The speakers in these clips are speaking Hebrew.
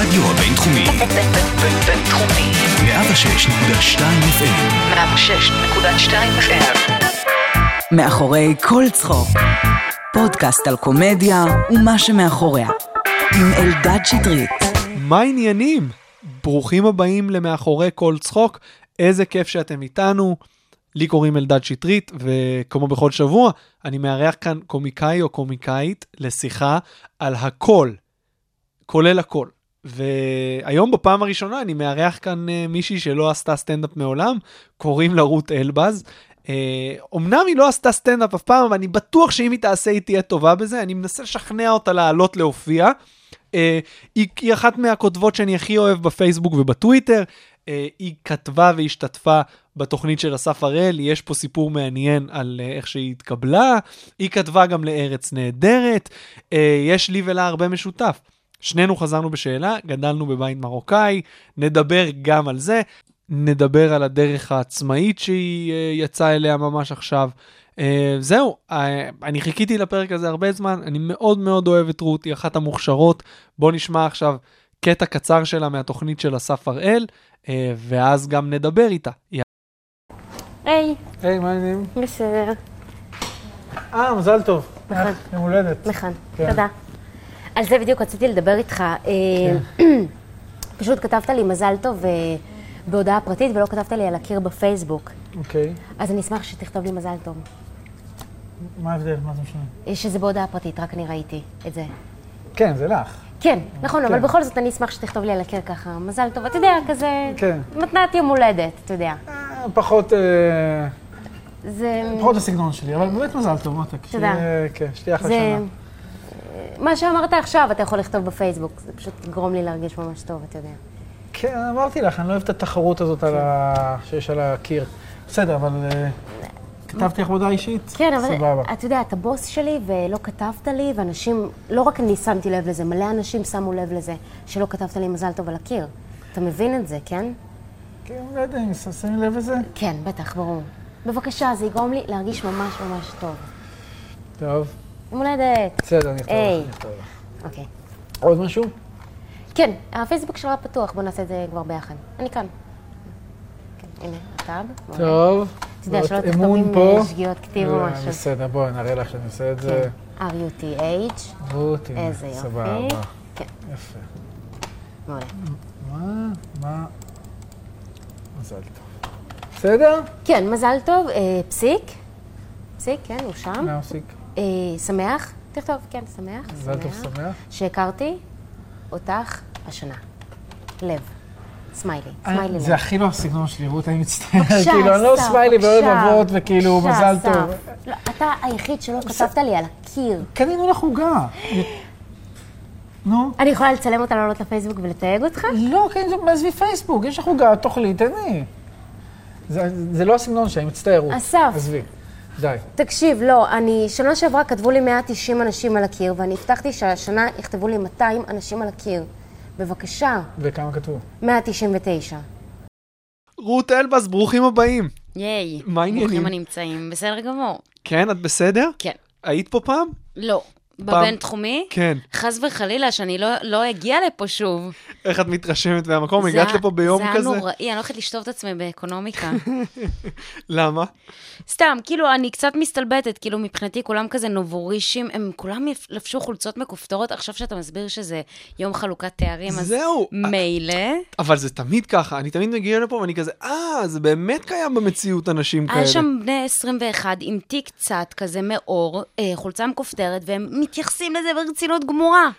בינתחומי. בינתחומי, 106.2 FM 106.2 FM. מאחורי כל צחוק. פודקאסט על קומדיה ומה שמאחוריה. עם אלדד שטרית. מה העניינים? ברוכים הבאים למאחורי כל צחוק, איזה כיף שאתם איתנו. לי קוראים אלדד שטרית, וכמו בכל שבוע, אני מארח כאן קומיקאי או קומיקאית לשיחה על הכל, כולל הכל. והיום בפעם הראשונה אני מארח כאן אה, מישהי שלא עשתה סטנדאפ מעולם, קוראים לה רות אלבז. אה, אמנם היא לא עשתה סטנדאפ אף פעם, אבל אני בטוח שאם היא תעשה היא תהיה טובה בזה, אני מנסה לשכנע אותה לעלות להופיע. אה, היא, היא אחת מהכותבות שאני הכי אוהב בפייסבוק ובטוויטר. אה, היא כתבה והשתתפה בתוכנית של אסף הראל, יש פה סיפור מעניין על אה, איך שהיא התקבלה. היא כתבה גם לארץ נהדרת. אה, יש לי ולה הרבה משותף. שנינו חזרנו בשאלה, גדלנו בבית מרוקאי, נדבר גם על זה. נדבר על הדרך העצמאית שהיא אה, יצאה אליה ממש עכשיו. אה, זהו, אה, אני חיכיתי לפרק הזה הרבה זמן, אני מאוד מאוד אוהב את רות, היא אחת המוכשרות. בואו נשמע עכשיו קטע קצר שלה מהתוכנית של אסף הראל, אה, ואז גם נדבר איתה. יא- היי, היי, מה העניינים? בסדר, אה, מזל טוב. אה, יום הולדת. נכון, כן. תודה. על זה בדיוק רציתי לדבר איתך. אה, כן. פשוט כתבת לי מזל טוב אה, בהודעה פרטית ולא כתבת לי על הקיר בפייסבוק. אוקיי. אז אני אשמח שתכתוב לי מזל טוב. מה ההבדל? מה זה משנה? אה, שזה בהודעה פרטית, רק אני ראיתי את זה. כן, זה לך. כן, נכון, אבל כן. בכל זאת אני אשמח שתכתוב לי על הקיר ככה, מזל טוב, אתה יודע, כזה... כן. מתנת יום הולדת, אתה יודע. אה, פחות... אה, זה... פחות הסגנון שלי, אבל באמת מזל טוב, מותק. תודה. שיהיה- כן, שתהיה אחת זה... אה, שנה. מה שאמרת עכשיו, אתה יכול לכתוב בפייסבוק, זה פשוט יגרום לי להרגיש ממש טוב, אתה יודע. כן, אמרתי לך, אני לא אוהב את התחרות הזאת על ה- שיש על הקיר. בסדר, אבל... אה, כתבתי לך הודעה אישית? כן, אבל סבבה. אתה יודע, אתה בוס שלי ולא כתבת לי, ואנשים, לא רק אני שמתי לב לזה, מלא אנשים שמו לב לזה, שלא כתבת לי מזל טוב על הקיר. אתה מבין את זה, כן? כן, לא יודע, אם ש- שמים לב לזה? כן, בטח, ברור. בבקשה, זה יגרום לי להרגיש ממש ממש טוב. טוב. יום הולדת. בסדר, נכתוב היי. לך. נכתוב לך. אוקיי. עוד משהו? כן, הפייסבוק שלך פתוח, בוא נעשה את זה כבר ביחד. אני כאן. כן, הנה, הטאב. טוב. אתה יודע, ועוד שלא תכתוב אמון עם, פה. אה, שגיאות כתיב או אה, משהו. בסדר, בואי, נראה לך שאני עושה את זה. כן. R-U-T-H. רות, הנה, איזה יופי. סבבה. כן, יפה. מעולה. מה? מה? מזל טוב. בסדר? כן, מזל טוב, אה, פסיק. פסיק, כן, הוא שם. נפסיק. אה, שמח, תכתוב, כן, שמח. מזל טוב שמח. שהכרתי אותך השנה. לב. סמיילי, סמיילי לב. זה הכי לא הסגנון שלי, רות, אני מצטער. בבקשה, כאילו, אני לא אסף, סמיילי ואוהב בבקשה. אבות, וכאילו, בבקשה, מזל אסף. טוב. לא, אתה היחיד שלא כתבת לי על הקיר. קנינו לך עוגה. נו. אני יכולה לצלם אותה, לעלות לפייסבוק ולתייג אותך? לא, כן, זה- עזבי פייסבוק, יש לך עוגה, תאכלי, תהני. זה זה לא הסגנון שלי, אני מצטער, רות. אסף. עזבי. די. תקשיב, לא, אני, שנה שעברה כתבו לי 190 אנשים על הקיר, ואני הבטחתי שהשנה יכתבו לי 200 אנשים על הקיר. בבקשה, וכמה כתבו? 199. רות אלבז, ברוכים הבאים. ייי. מה העניינים? ברוכים הנמצאים, בסדר גמור. כן, את בסדר? כן. היית פה פעם? לא. בבינתחומי? כן. חס וחלילה, שאני לא, לא אגיע לפה שוב. איך את מתרשמת מהמקום? הגעת זה- לפה ביום זה היה כזה? נוראי, אני לא הולכת לשטוף את עצמי באקונומיקה. למה? סתם, כאילו, אני קצת מסתלבטת, כאילו, מבחינתי כולם כזה נובורישים, הם כולם יפ- לבשו חולצות מכופתרות, עכשיו שאתה מסביר שזה יום חלוקת תארים, כן, אז זהו. מילא. אבל זה תמיד ככה, אני תמיד מגיע לפה ואני כזה, אה, זה באמת קיים במציאות אנשים כאלה. היה שם בני 21 עם תיק קצת כזה מאור, אה, חולצה מכופתרת, והם מתייחסים לזה ברצינות גמורה. לא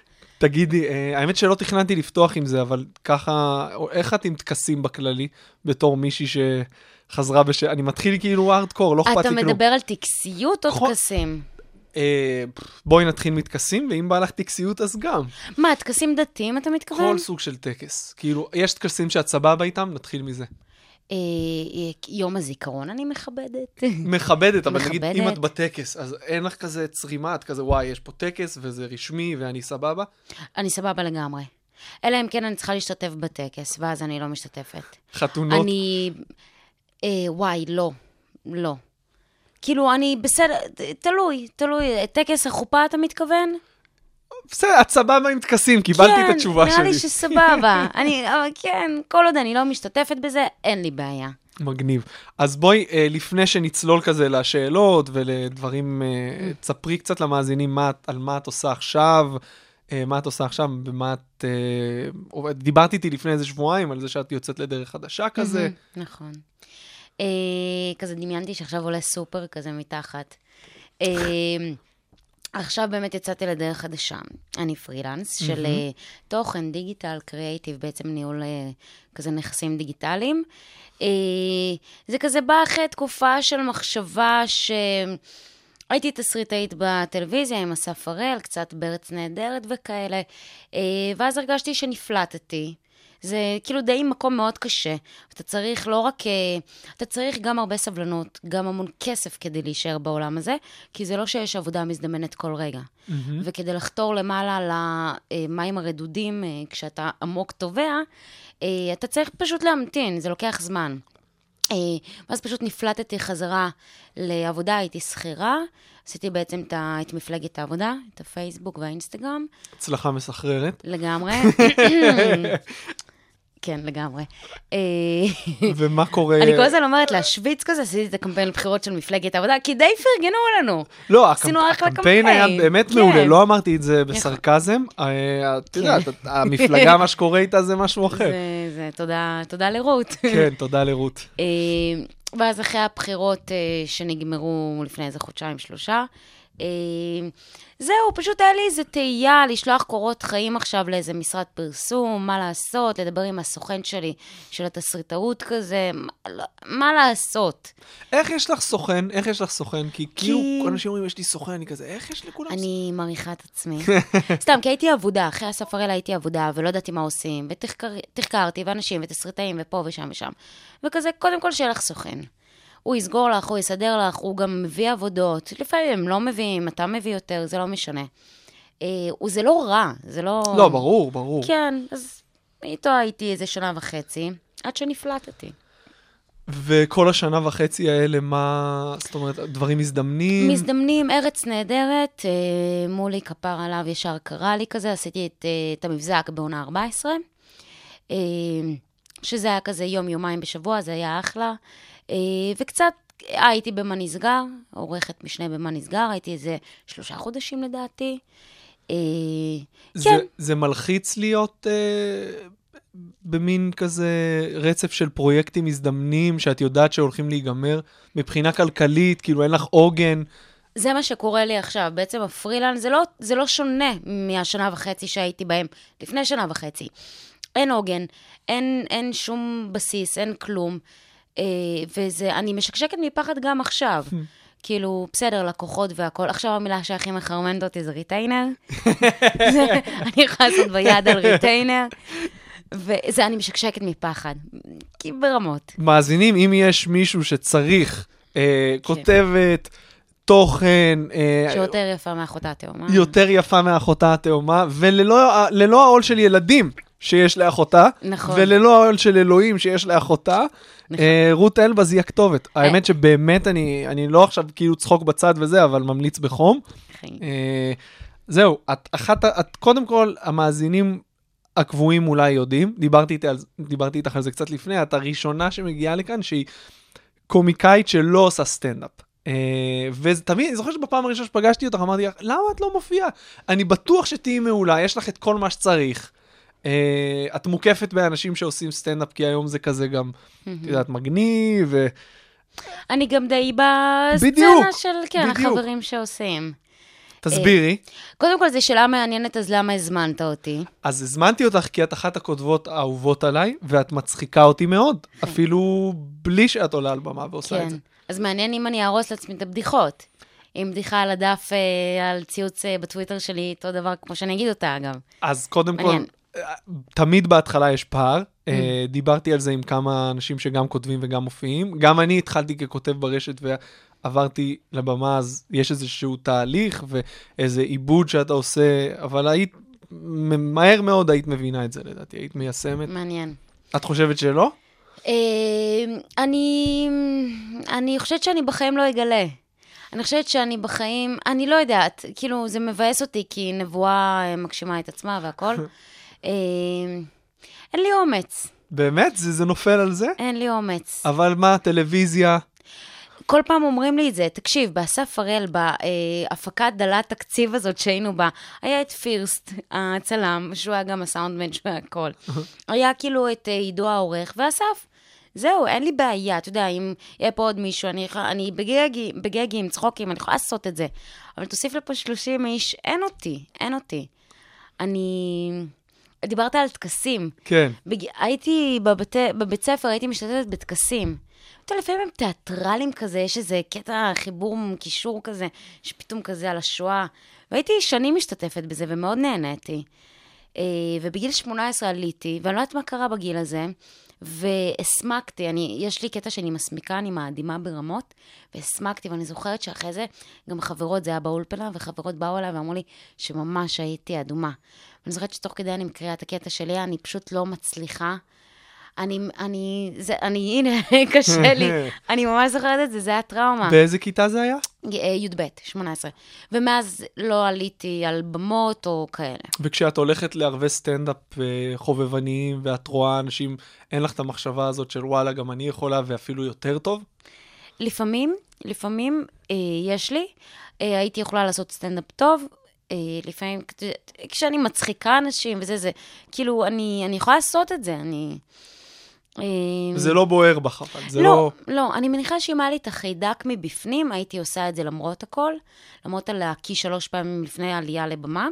תגידי, אה, האמת שלא תכננתי לפתוח עם זה, אבל ככה, או- איך את עם טקסים בכללי, בתור מישהי שחזרה בש... אני מתחיל כאילו הארדקור, לא אכפת אתה לי כלום. מדבר על טקסיות או נכון. טקסים? אה, בואי נתחיל מטקסים, ואם בא לך טקסיות אז גם. מה, טקסים דתיים אתה מתכוון? כל סוג של טקס. כאילו, יש טקסים שאת סבבה איתם, נתחיל מזה. אה, אה, יום הזיכרון אני מכבדת. מכבדת, אבל נגיד, מכבדת. אם את בטקס, אז אין לך כזה צרימה, את כזה, וואי, יש פה טקס, וזה רשמי, ואני סבבה. אני סבבה לגמרי. אלא אם כן אני צריכה להשתתף בטקס, ואז אני לא משתתפת. חתונות. אני... אה, וואי, לא. לא. כאילו, אני בסדר, ת- תלוי, תלוי. טקס החופה, אתה מתכוון? בסדר, את סבבה עם טקסים, קיבלתי את התשובה כן, נראה שלי. לי שסבבה. אני, אבל כן, כל עוד אני לא משתתפת בזה, אין לי בעיה. מגניב. אז בואי, אה, לפני שנצלול כזה לשאלות ולדברים, אה, תספרי קצת למאזינים מה, את- על מה את עושה עכשיו, אה, מה את עושה עכשיו, במה את... אה, עובדת. דיברת איתי לפני איזה שבועיים על זה שאת יוצאת לדרך חדשה כזה. Mhm, נכון. אה, כזה דמיינתי שעכשיו עולה סופר כזה מתחת. אה, עכשיו באמת יצאתי לדרך חדשה. אני פרילנס של אה, תוכן, דיגיטל, קריאייטיב, בעצם ניהול אה, כזה נכסים דיגיטליים. אה, זה כזה בא אחרי תקופה של מחשבה ש... הייתי תסריטאית בטלוויזיה עם אסף הראל, קצת בארץ נהדרת וכאלה, אה, ואז הרגשתי שנפלטתי. זה כאילו די מקום מאוד קשה. אתה צריך לא רק... אה, אתה צריך גם הרבה סבלנות, גם המון כסף כדי להישאר בעולם הזה, כי זה לא שיש עבודה מזדמנת כל רגע. Mm-hmm. וכדי לחתור למעלה למים הרדודים, אה, כשאתה עמוק טובע, אה, אתה צריך פשוט להמתין, זה לוקח זמן. אה, ואז פשוט נפלטתי חזרה לעבודה, הייתי שכירה, עשיתי בעצם את ה- את מפלגת העבודה, את הפייסבוק והאינסטגרם, הצלחה מסחררת. לגמרי. כן, לגמרי. אה, ומה קורה... אני כל הזמן אומרת להשוויץ כזה, עשיתי את הקמפיין לבחירות של מפלגת העבודה, כי די פרגנו לנו. לא, עשינו הקמפ- אחלה הקמפיין קמפיין. היה באמת כן. כן. מעולה, לא אמרתי את זה בסרקזם. אה, את יודעת, את- המפלגה, מה שקורה איתה זה משהו אחר. זה- זה תודה- תודה לרות. כן, תודה לרות. אה, ואז אחרי הבחירות אה, שנגמרו לפני איזה חודשיים, שלושה, אה, זהו, פשוט היה לי איזה תהייה לשלוח קורות חיים עכשיו לאיזה משרד פרסום, מה לעשות, לדבר עם הסוכן שלי של התסריטאות כזה, מה, לא- מה לעשות? איך יש לך סוכן? איך יש לך סוכן? כי כאילו, כי- אנשים אומרים, יש לי סוכן, אני כזה, איך יש לכולם סוכן? אני מעריכה את עצמי. סתם, כי הייתי אבודה, אחרי אסף הראל הייתי אבודה, ולא ידעתי מה עושים, ותחקרתי, ואנשים, ותסריטאים, ופה ושם ושם. וכזה, קודם כל שיהיה לך סוכן. הוא יסגור לך, הוא יסדר לך, הוא גם מביא עבודות. לפעמים הם לא מביאים, אתה מביא יותר, זה לא משנה. אה, הוא- זה לא רע, זה לא... לא, ברור, ברור. כן, אז איתו הייתי איזה שנה וחצי, עד שנפלטתי. וכל השנה וחצי האלה, מה... זאת אומרת, דברים מזדמנים? מזדמנים, ארץ נהדרת, אה, מולי כפר עליו ישר קרא לי כזה, עשיתי את, אה, את המבזק בעונה 14, אה, שזה היה כזה יום-יומיים בשבוע, זה היה אחלה. אה, וקצת אה, הייתי במה נסגר, עורכת משנה במה נסגר, הייתי איזה שלושה חודשים לדעתי. אה, זה, כן, זה מלחיץ להיות אה, במין כזה רצף של פרויקטים מזדמנים, שאת יודעת שהולכים להיגמר מבחינה כלכלית, כאילו אין לך עוגן. זה מה שקורה לי עכשיו. בעצם הפרילנס, זה לא, זה לא שונה מהשנה וחצי שהייתי בהם לפני שנה וחצי. אין עוגן, אין, אין שום בסיס, אין כלום. אה, וזה, אני משקשקת מפחד גם עכשיו. כאילו, בסדר, לקוחות והכול. עכשיו המילה שהכי מחרמנת אותי זה ריטיינר. זה- אני יכולה לעשות ביד על ריטיינר. וזה, אני משקשקת מפחד. כי ברמות. מאזינים, אם יש מישהו שצריך אה, כן. כותבת, תוכן, אה, שיותר יפה מאחותה התאומה. יותר יפה מאחותה התאומה, וללא ללא העול של ילדים שיש לאחותה, נכון. וללא העול של אלוהים שיש לאחותה, אה, רות אלבז היא הכתובת. האמת שבאמת, אני, אני לא עכשיו כאילו צחוק בצד וזה, אבל ממליץ בחום. אחי. אה, זהו, את, אחת, ה- את קודם כל, המאזינים הקבועים אולי יודעים, דיברתי, איתי על, זה- דיברתי איתך על זה קצת לפני, את הראשונה שמגיעה לכאן שהיא קומיקאית שלא עושה סטנדאפ. אה, ותמיד, אני זוכר שבפעם הראשונה שפגשתי אותך אמרתי לך, למה את לא מופיעה? אני בטוח שתהיי מעולה, יש לך את כל מה שצריך. אה, את מוקפת באנשים שעושים סטנדאפ, כי היום זה כזה גם, את יודעת, מגניב, ו... אני גם די בסצנה בדיוק, של, כן, בדיוק. החברים שעושים. תסבירי. קודם כל, זו שאלה מעניינת, אז למה הזמנת אותי? אז הזמנתי אותך כי את אחת הכותבות האהובות עליי, ואת מצחיקה אותי מאוד, אפילו בלי שאת עולה על במה ועושה כן. את זה. אז מעניין אם אני אהרוס לעצמי את הבדיחות. אם בדיחה על הדף, אה, על ציוץ אה, בטוויטר שלי, אותו דבר כמו שאני אגיד אותה, אגב. אז קודם כל, מעניין. Mm. אה, תמיד בהתחלה יש פער. אה, דיברתי על זה עם כמה אנשים שגם כותבים וגם מופיעים. גם אני התחלתי ככותב ברשת ועברתי לבמה, אז יש איזשהו תהליך ואיזה עיבוד שאתה עושה, אבל היית, מ- מהר מאוד היית מבינה את זה לדעתי, היית מיישמת. מעניין. את חושבת שלא? אה, אני, אני חושבת שאני בחיים לא אגלה. אני חושבת שאני בחיים, אני לא יודעת, כאילו, זה מבאס אותי, כי נבואה אה, מגשימה את עצמה והכול. אה, אין לי אומץ, באמת? זה, זה נופל על זה? אין לי אומץ. אבל מה, טלוויזיה? כל פעם אומרים לי את זה, תקשיב, באסף הראל, בהפקה דלת תקציב הזאת שהיינו בה, היה את פירסט, הצלם, שהוא היה גם הסאונדמן, שהוא היה הכל. היה כאילו את אה, עידו העורך ואסף. זהו, אין לי בעיה, אתה יודע, אם יהיה פה עוד מישהו, אני, יכולה- אני בגגים, בגגים, צחוקים, אני יכולה לעשות את זה. אבל תוסיף לפה 30 איש, אין אותי, אין אותי. אני... דיברת על טקסים. כן. בג... הייתי בבת... בבית ספר, הייתי משתתפת בטקסים. אתה יודע, לפעמים הם תיאטרלים כזה, יש איזה קטע חיבור, קישור כזה, שפתאום כזה על השואה. והייתי שנים משתתפת בזה, ומאוד נהניתי. אה, ובגיל 18 עליתי, ואני לא יודעת מה קרה בגיל הזה, והסמקתי, אני, יש לי קטע שאני מסמיקה, אני מאדימה ברמות, והסמקתי, ואני זוכרת שאחרי זה, גם חברות, זה היה באולפנה, וחברות באו אליי ואמרו לי שממש הייתי אדומה. ואני זוכרת שתוך כדי אני מקריאה את הקטע שלי, אני פשוט לא מצליחה. אני, אני, זה, אני, הנה, קשה לי. אני ממש זוכרת את זה, זה היה טראומה. באיזה כיתה זה היה? אה, י"ב, 18. ומאז לא עליתי על במות או כאלה. וכשאת הולכת לערבי סטנדאפ אה, חובבניים, ואת רואה אנשים, אין לך את המחשבה הזאת של וואלה, גם אני יכולה, ואפילו יותר טוב? לפעמים, לפעמים אה, יש לי, אה, הייתי יכולה לעשות סטנדאפ טוב, אה, לפעמים כת- כשאני מצחיקה אנשים וזה, זה, כאילו, אני, אני יכולה לעשות את זה, אני... אה, זה לא בוער בך, אבל זה לא, לא... לא, אני מניחה שאם היה לי את החיידק מבפנים, הייתי עושה את זה למרות הכל, למרות הלהקיא שלוש פעמים לפני העלייה לבמה,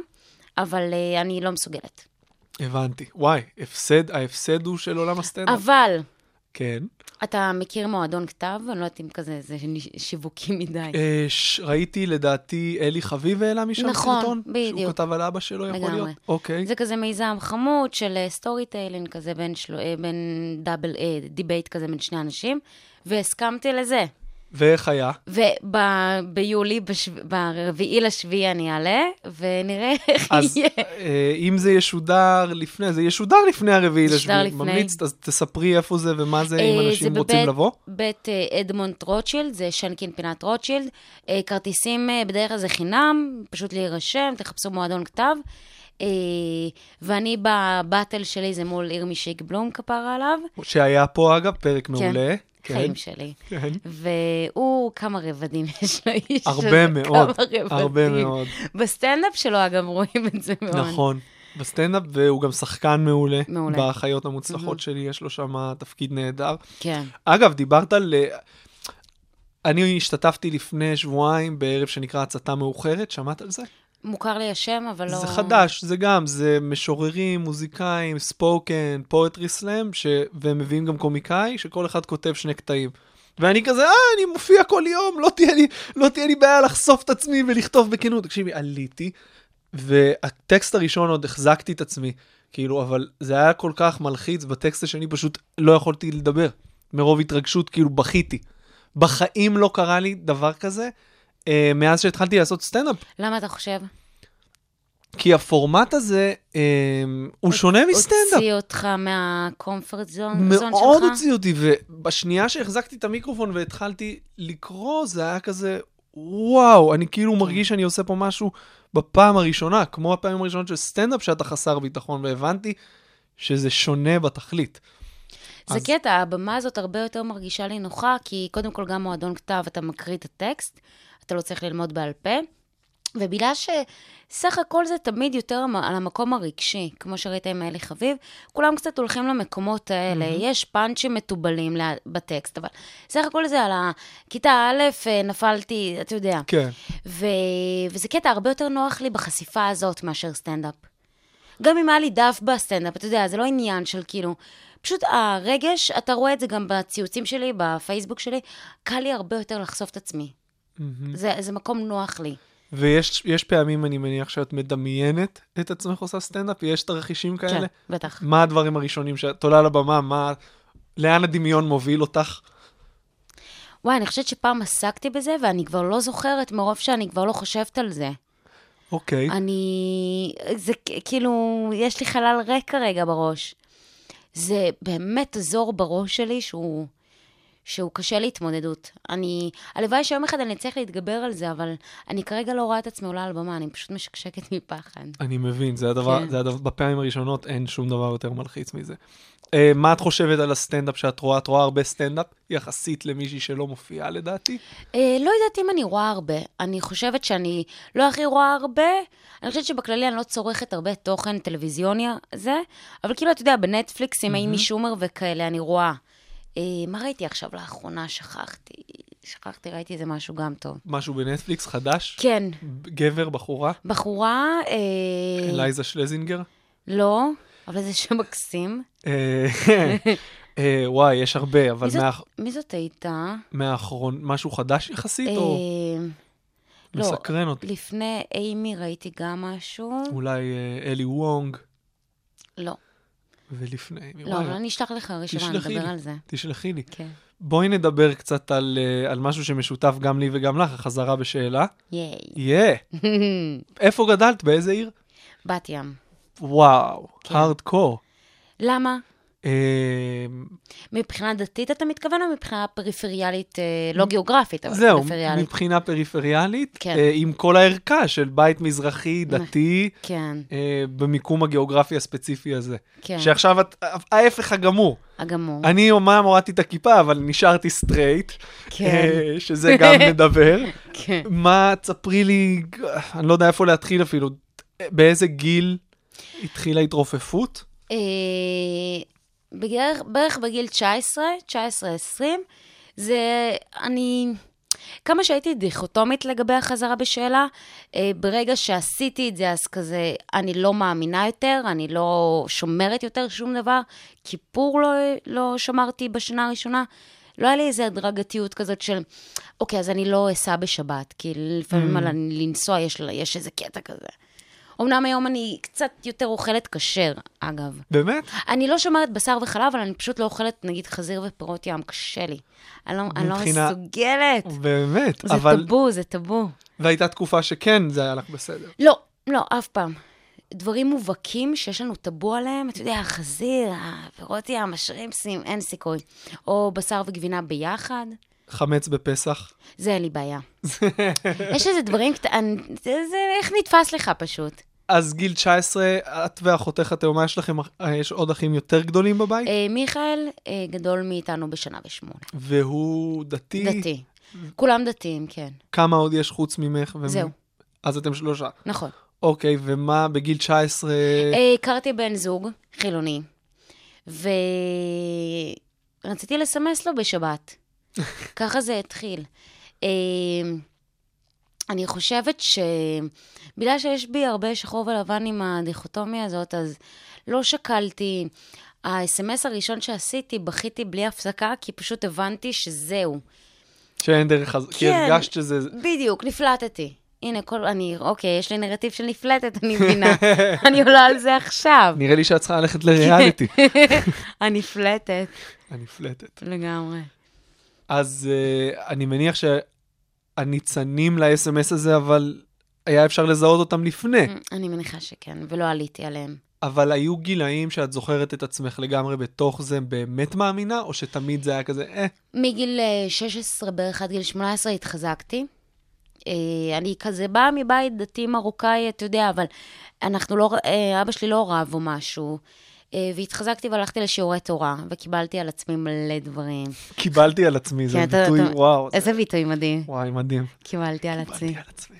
אבל אה, אני לא מסוגלת. הבנתי. וואי, הפסד, ההפסד הוא של עולם הסטנדאפ. אבל, כן. אתה מכיר מועדון כתב? אני לא יודעת אם כזה, זה שיווקי מדי. אה, ש- ראיתי לדעתי אלי חביב העלה משם נכון, סרטון. שהוא בדיוק. כתב על אבא שלו, יכול לגמרי. להיות. אוקיי. זה כזה מיזם חמוד של אה, סטורי טיילינג כזה בין, של... בין דאבל, אה, דיבייט כזה בין שני אנשים, והסכמתי לזה. ואיך היה? וביולי, ברביעי לשביעי אני אעלה, ונראה איך אז יהיה. אה, אם זה ישודר לפני, זה ישודר לפני הרביעי ישודר לשביעי. לפני. ממליץ, אז תספרי איפה זה ומה זה, אם אה, אנשים זה רוצים בבית- לבוא. בית אה, אדמונד רוטשילד, זה שנקין פינת רוטשילד. אה, כרטיסים אה, בדרך כלל זה חינם, פשוט להירשם, תחפשו מועדון כתב. אה, ואני בבאטל שלי זה מול ירמי שיק בלום כפרה עליו. שהיה פה אגב, פרק מעולה. כן. חיים שלי. כן. והוא, כמה רבדים יש לו איש הרבה הזה, מאוד, כמה רבדים. הרבה מאוד. בסטנדאפ שלו, אגב, רואים את זה מאוד. נכון. בסטנדאפ, והוא גם שחקן מעולה. מעולה. באחיות המוצלחות שלי, יש לו שם תפקיד נהדר. כן. אגב, דיברת על... אה, אני השתתפתי לפני שבועיים בערב שנקרא הצתה מאוחרת, שמעת על זה? מוכר לי השם, אבל לא... זה חדש, זה גם, זה משוררים, מוזיקאים, ספוקן, פואטרי סלאם, ש... והם מביאים גם קומיקאי, שכל אחד כותב שני קטעים. ואני כזה, אה, אני מופיע כל יום, לא תהיה לי, לא תהיה לי בעיה לחשוף את עצמי ולכתוב בכנות. תקשיבי, עליתי, והטקסט הראשון עוד החזקתי את עצמי, כאילו, אבל זה היה כל כך מלחיץ, בטקסט השני פשוט לא יכולתי לדבר, מרוב התרגשות, כאילו, בכיתי. בחיים לא קרה לי דבר כזה, אה, מאז שהתחלתי לעשות סטנדאפ. למה אתה חושב? כי הפורמט הזה, אה, הוא שונה מסטנדאפ. הוציא אותך מהקומפרט זון זון שלך? מאוד הוציא אותי, ובשנייה שהחזקתי את המיקרופון והתחלתי לקרוא, זה היה כזה, וואו, אני כן. כאילו מרגיש שאני עושה פה משהו בפעם הראשונה, כמו הפעמים הראשונות של סטנדאפ שאתה חסר ביטחון, והבנתי שזה שונה בתכלית. זה אז- קטע, הבמה הזאת הרבה יותר מרגישה לי נוחה, כי קודם כל גם מועדון כתב, אתה מקריא את הטקסט, אתה לא צריך ללמוד בעל פה. ובגלל שסך הכל זה תמיד יותר המ- על המקום הרגשי, כמו שראית עם אלי חביב, כולם קצת הולכים למקומות האלה, mm-hmm. יש פאנצ'ים מתובלים לה- בטקסט, אבל סך הכל זה על הכיתה א', אה, נפלתי, אתה יודע. כן. ו... וזה קטע הרבה יותר נוח לי בחשיפה הזאת מאשר סטנדאפ. גם אם היה לי דף בסטנדאפ, אתה יודע, זה לא עניין של כאילו... פשוט הרגש, אתה רואה את זה גם בציוצים שלי, בפייסבוק שלי, קל לי הרבה יותר לחשוף את עצמי. זה, זה מקום נוח לי. ויש יש פעמים, אני מניח, שאת מדמיינת את עצמך עושה סטנדאפ, יש תרחישים כאלה? כן, בטח. מה הדברים הראשונים שאת עולה לבמה, מה, לאן הדמיון מוביל אותך? וואי, אני חושבת שפעם עסקתי בזה, ואני כבר לא זוכרת מרוב שאני כבר לא חושבת על זה. אוקיי. אני... זה כ- כאילו, יש לי חלל ריק כרגע בראש. זה באמת אזור בראש שלי שהוא, שהוא קשה להתמודדות. אני, הלוואי שיום אחד אני אצליח להתגבר על זה, אבל אני כרגע לא רואה את עצמי עולה על במה, אני פשוט משקשקת מפחד. אני מבין, זה הדבר, כן. זה הדבר, בפעמים הראשונות אין שום דבר יותר מלחיץ מזה. אה, מה את חושבת על הסטנדאפ שאת רואה? את רואה הרבה סטנדאפ יחסית למישהי שלא מופיעה לדעתי? אה, לא יודעת אם אני רואה הרבה. אני חושבת שאני לא הכי רואה הרבה. אני חושבת שבכללי אני לא צורכת הרבה תוכן טלוויזיוני זה, אבל כאילו, אתה יודע, בנטפליקס עם אימי שומר וכאלה, אני רואה. אה, מה ראיתי עכשיו לאחרונה? שכחתי. שכחתי, ראיתי איזה משהו גם טוב. משהו בנטפליקס חדש? כן, גבר, בחורה? בחורה, אה, אלייזה שלזינגר? לא, אבל איזה שם מקסים. אה, אה, וואי, יש הרבה, אבל מי זאת- מאח- מי זאת הייתה? מהאחרון, משהו חדש יחסית, או אה, לא, מסקרן אותי? לפני אימי ראיתי גם משהו. אולי אה, אלי וונג, לא, ולפני... לא, וואי, אבל אני אשלח לך רשימה, תשלחי נדבר לי. על זה. תשלחי לי. כן. בואי נדבר קצת על, אה, על משהו שמשותף גם לי וגם לך, החזרה בשאלה. ייי. יהיה. איפה גדלת? באיזה עיר? בת ים. וואו, כן. הארדקור. למה? אה, מבחינה דתית אתה מתכוון, או מבחינה פריפריאלית, אה, לא גיאוגרפית, אבל זהו, פריפריאלית? מבחינה פריפריאלית, כן. אה, עם כל הערכה של בית מזרחי, דתי, כן, אה, במיקום הגיאוגרפי הספציפי הזה. כן. שעכשיו אה, את ההפך הגמור. הגמור. אני אומנם הורדתי את הכיפה, אבל נשארתי סטרייט, כן. אה, שזה גם נדבר. כן. מה, תספרי לי, אני לא יודע איפה להתחיל אפילו, באיזה גיל התחילה התרופפות? אה, בגלל- בערך בגיל 19, 19-20, זה, אני, כמה שהייתי דיכוטומית לגבי החזרה בשאלה, אה, ברגע שעשיתי את זה, אז כזה, אני לא מאמינה יותר, אני לא שומרת יותר שום דבר, כיפור לא, לא שמרתי בשנה הראשונה. לא היה לי איזו הדרגתיות כזאת של, אוקיי, אז אני לא אסע בשבת, כי לפעמים על לנסוע יש, יש איזה קטע כזה. אמנם היום אני קצת יותר אוכלת כשר, אגב. באמת? אני לא שומרת בשר וחלב, אבל אני פשוט לא אוכלת, נגיד, חזיר ופירות ים, קשה לי. אני לא, אני לא מבחינה- מסוגלת. באמת. זה אבל... טאבו, זה טאבו. והייתה תקופה שכן, זה היה לך בסדר. לא, לא, אף פעם. דברים מובהקים שיש לנו טאבו עליהם, אתה יודע, החזיר, הפירות ים, השרימפסים, אין סיכוי. או בשר וגבינה ביחד, חמץ בפסח. זה אין לי בעיה. יש איזה דברים קטנים, זה, זה איך נתפס לך פשוט. אז גיל 19, את ואחותך התאומה, יש לכם, אה, יש עוד אחים יותר גדולים בבית? אה, מיכאל אה, גדול מאיתנו בשנה ושמונה. והוא דתי? דתי. כולם דתיים, כן. כמה עוד יש חוץ ממך? ומ- זהו. אז אתם שלושה. נכון. אוקיי, ומה בגיל 19? אה, הכרתי בן זוג חילוני, ורציתי לסמס לו בשבת. ככה זה התחיל. אה, אני חושבת שבגלל שיש בי הרבה שחור ולבן עם הדיכוטומיה הזאת, אז לא שקלתי. האס.אם.אס הראשון שעשיתי, בכיתי בלי הפסקה, כי פשוט הבנתי שזהו. שאין דרך חז... כי כן. הרגשת שזה... בדיוק, נפלטתי. הנה, כל... אני, אוקיי, יש לי נרטיב של נפלטת, אני מבינה. אני עולה על זה עכשיו. נראה לי שאת צריכה ללכת לריאליטי. הנפלטת. הנפלטת. לגמרי. אז uh, אני מניח שהניצנים ל-SMS הזה, אבל היה אפשר לזהות אותם לפני. אני מניחה שכן, ולא עליתי עליהם. אבל היו גילאים שאת זוכרת את עצמך לגמרי בתוך זה, באמת מאמינה, או שתמיד זה היה כזה, אה, מגיל אה, 16 בערך עד גיל 18 התחזקתי. אה, אני כזה באה מבית דתי מרוקאי, אתה יודע, אבל אנחנו לא, אה, אבא שלי לא רב או משהו. אה, והתחזקתי והלכתי לשיעורי תורה, וקיבלתי על עצמי מלא דברים. קיבלתי על עצמי, זה כן, אתה- ביטוי, אתה- וואו, זה- איזה ביטוי מדהים. וואי, מדהים. קיבלתי על עצמי. קיבלתי על עצמי.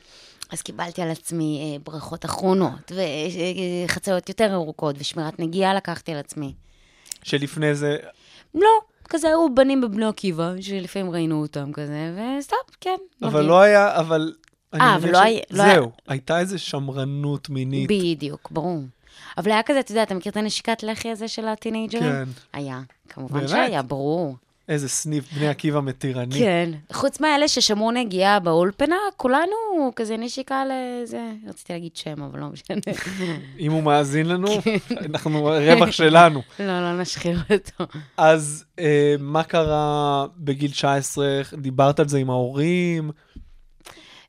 אז קיבלתי על עצמי אה, ברכות אחרונות, וחציות יותר ארוכות, ושמירת נגיעה לקחתי על עצמי. שלפני זה, לא, כזה היו בנים בבני עקיבא, שלפעמים ראינו אותם כזה, וסתם, כן. אבל מרגיע. לא היה, אבל... אני אה, מבין אבל לא ש- היה- לא היה- זהו, הייתה איזו שמרנות מינית. בדיוק, ברור. אבל היה כזה, אתה יודע, אתה מכיר את הנשיקת לחי הזה של הטינג'רים? כן. היה, כמובן באמת? שהיה, ברור. איזה סניף בני עקיבא מתירני. כן. חוץ מאלה ששמרו נגיעה באולפנה, כולנו כזה נשיקה לזה, רציתי להגיד שם, אבל לא משנה. אם הוא מאזין לנו, כן. אנחנו, רווח שלנו. לא, לא נשחיר אותו. אז אה, מה קרה בגיל 19? דיברת על זה עם ההורים?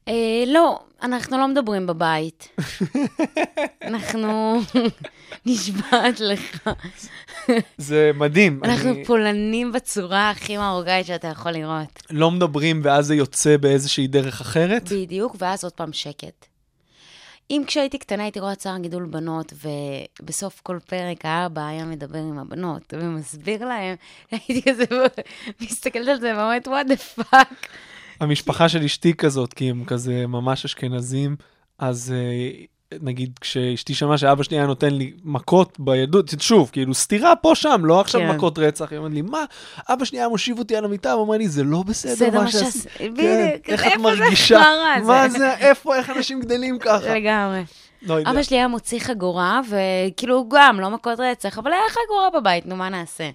אה, לא, אנחנו לא מדברים בבית. אנחנו... נשבעת לך. זה מדהים. אנחנו אני פולנים בצורה הכי מרוקאית שאתה יכול לראות. לא מדברים ואז זה יוצא באיזושהי דרך אחרת. בדיוק, ואז עוד פעם שקט. אם כשהייתי קטנה הייתי רואה צער גידול בנות, ובסוף כל פרק האבא היה מדבר עם הבנות ומסביר להם, הייתי כזה מסתכלת על זה ואומרת, what the fuck. המשפחה של אשתי כזאת, כי הם כזה ממש אשכנזים, אז אה, נגיד כשאשתי שמעה שאבא שלי היה נותן לי מכות בילדות, שוב, כאילו סטירה פה שם, לא עכשיו כן. מכות רצח, היא אומרת לי, מה, אבא שלי היה מושיב אותי על המיטה, ואומר לי, זה לא בסדר, בסדר מה מה שעשית. שעש- כן, בדיוק, איך את איפה זה מרגישה? החרא הזה? מה זה, איפה, איך אנשים גדלים ככה? לגמרי. לא יודע. אבא שלי היה מוציא חגורה, וכאילו גם, לא מכות רצח, אבל היה חגורה בבית, נו, מה נעשה?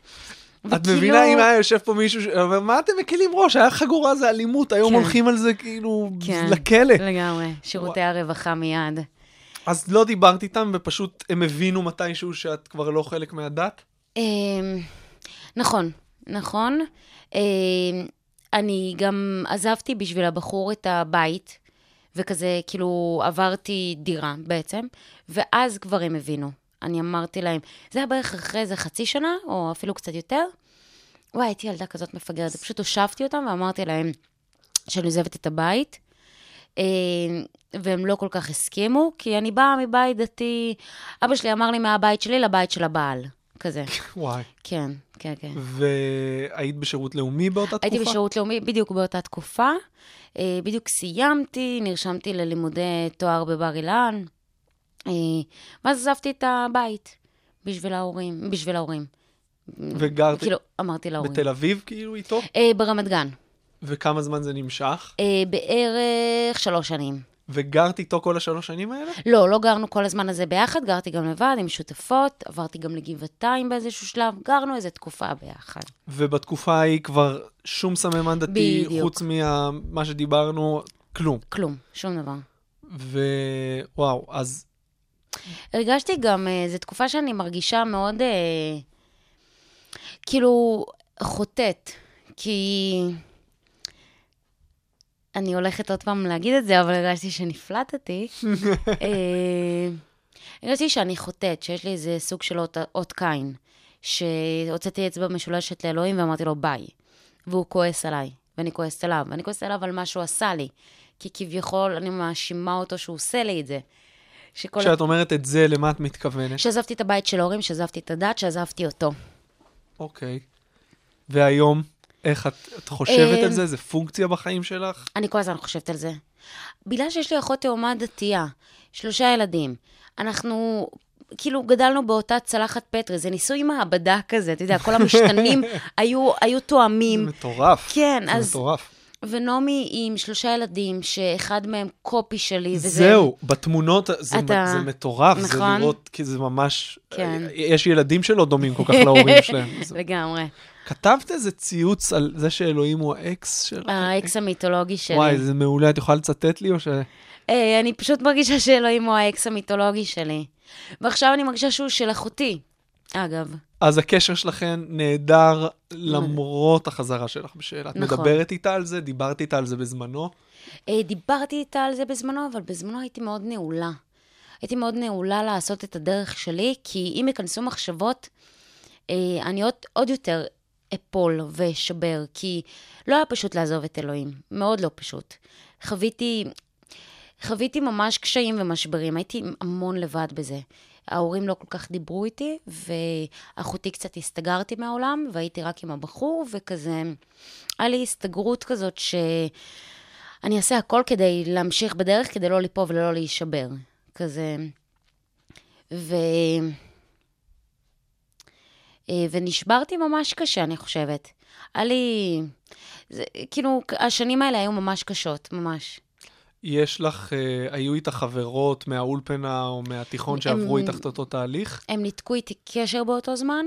את מבינה אם היה יושב פה מישהו, ש- אבל מה אתם מקלים ראש? היה חגורה זה אלימות, היום כן. הולכים על זה כאילו כן, לכלא. לגמרי, שירותי הרווחה מיד. אז לא דיברת איתם, ופשוט הם הבינו מתישהו שאת כבר לא חלק מהדת? אמ, נכון, נכון. אמ, אני גם עזבתי בשביל הבחור את הבית, וכזה, כאילו, עברתי דירה בעצם, ואז כבר הם הבינו. אני אמרתי להם, זה היה בערך אחרי איזה חצי שנה, או אפילו קצת יותר. וואי, הייתי ילדה כזאת מפגרת, פשוט הושבתי אותם ואמרתי להם שאני עוזבת את הבית. אה, והם לא כל כך הסכימו, כי אני באה מבית דתי, אבא שלי אמר לי מהבית שלי לבית של הבעל, כזה. וואי. כן, כן, כן. והיית בשירות לאומי באותה תקופה? הייתי בשירות לאומי בדיוק באותה תקופה. אה, בדיוק סיימתי, נרשמתי ללימודי תואר בבר אילן, אה, ואז עזבתי את הבית בשביל ההורים, בשביל ההורים. וגרת כאילו, אמרתי להורים. בתל אביב כאילו איתו? אה, ברמת גן, וכמה זמן זה נמשך? אה, בערך שלוש שנים. וגרת איתו כל השלוש שנים האלה? לא, לא גרנו כל הזמן הזה ביחד, גרתי גם לבד עם שותפות, עברתי גם לגבעתיים באיזשהו שלב, גרנו איזו תקופה ביחד. ובתקופה ההיא כבר שום סממן דתי, בדיוק. חוץ ממה שדיברנו, כלום. כלום, שום דבר. ווואו, אז הרגשתי גם, אה, זו תקופה שאני מרגישה מאוד, אה, כאילו, חוטאת, כי... אני הולכת עוד פעם להגיד את זה, אבל הרגשתי שנפלטתי. אה, הרגשתי שאני חוטאת, שיש לי איזה סוג של אות, אות קין, שהוצאתי אצבע משולשת לאלוהים ואמרתי לו ביי. והוא כועס עליי, ואני כועסת עליו, ואני כועסת עליו על מה שהוא עשה לי, כי כביכול אני מאשימה אותו שהוא עושה לי את זה. שכל כשאת אומרת את זה, למה את מתכוונת? שעזבתי את הבית של ההורים, שעזבתי את הדת, שעזבתי אותו. אוקיי. והיום, איך את, את חושבת אמ, על זה? זה פונקציה בחיים שלך? אני כל הזמן חושבת על זה. בגלל שיש לי אחות תאומה דתייה, שלושה ילדים, אנחנו כאילו גדלנו באותה צלחת פטרי, זה ניסוי מעבדה כזה, אתה יודע, כל המשתנים היו, היו זה תואמים. מטורף. כן, זה אז- מטורף. ונעמי היא עם שלושה ילדים, שאחד מהם קופי שלי, וזה... זהו, בתמונות זה, אתה- מ- זה מטורף, זה נכון? לראות, כי זה ממש, כן. אה, יש ילדים שלא דומים כל כך להורים שלהם. זה- לגמרי. כתבת איזה ציוץ על זה שאלוהים הוא האקס שלך? אה, האקס המיתולוגי שלי. וואי, זה מעולה, את יכולה לצטט לי או ש... היי, אני פשוט מרגישה שאלוהים הוא האקס המיתולוגי שלי. ועכשיו אני מרגישה שהוא של אחותי, אגב. אז הקשר שלכן נהדר למרות החזרה שלך בשאלה. את נכון. מדברת איתה על זה, דיברת איתה על זה בזמנו. אה, דיברתי איתה על זה בזמנו, אבל בזמנו הייתי מאוד נעולה. הייתי מאוד נעולה לעשות את הדרך שלי, כי אם ייכנסו מחשבות, אה, אני עוד, עוד יותר אפול ואשבר, כי לא היה פשוט לעזוב את אלוהים, מאוד לא פשוט. חוויתי, חוויתי ממש קשיים ומשברים, הייתי המון לבד בזה. ההורים לא כל כך דיברו איתי, ואחותי קצת הסתגרתי מהעולם, והייתי רק עם הבחור, וכזה... היה לי הסתגרות כזאת ש... אני אעשה הכל כדי להמשיך בדרך, כדי לא ליפול ולא להישבר. כזה... ו... אה, ונשברתי ממש קשה, אני חושבת. היה לי... זה, כאילו, השנים האלה היו ממש קשות, ממש. יש לך, אה, היו איתך חברות מהאולפנה או מהתיכון שעברו הם- איתך את אותו תהליך? הם ניתקו איתי קשר באותו זמן,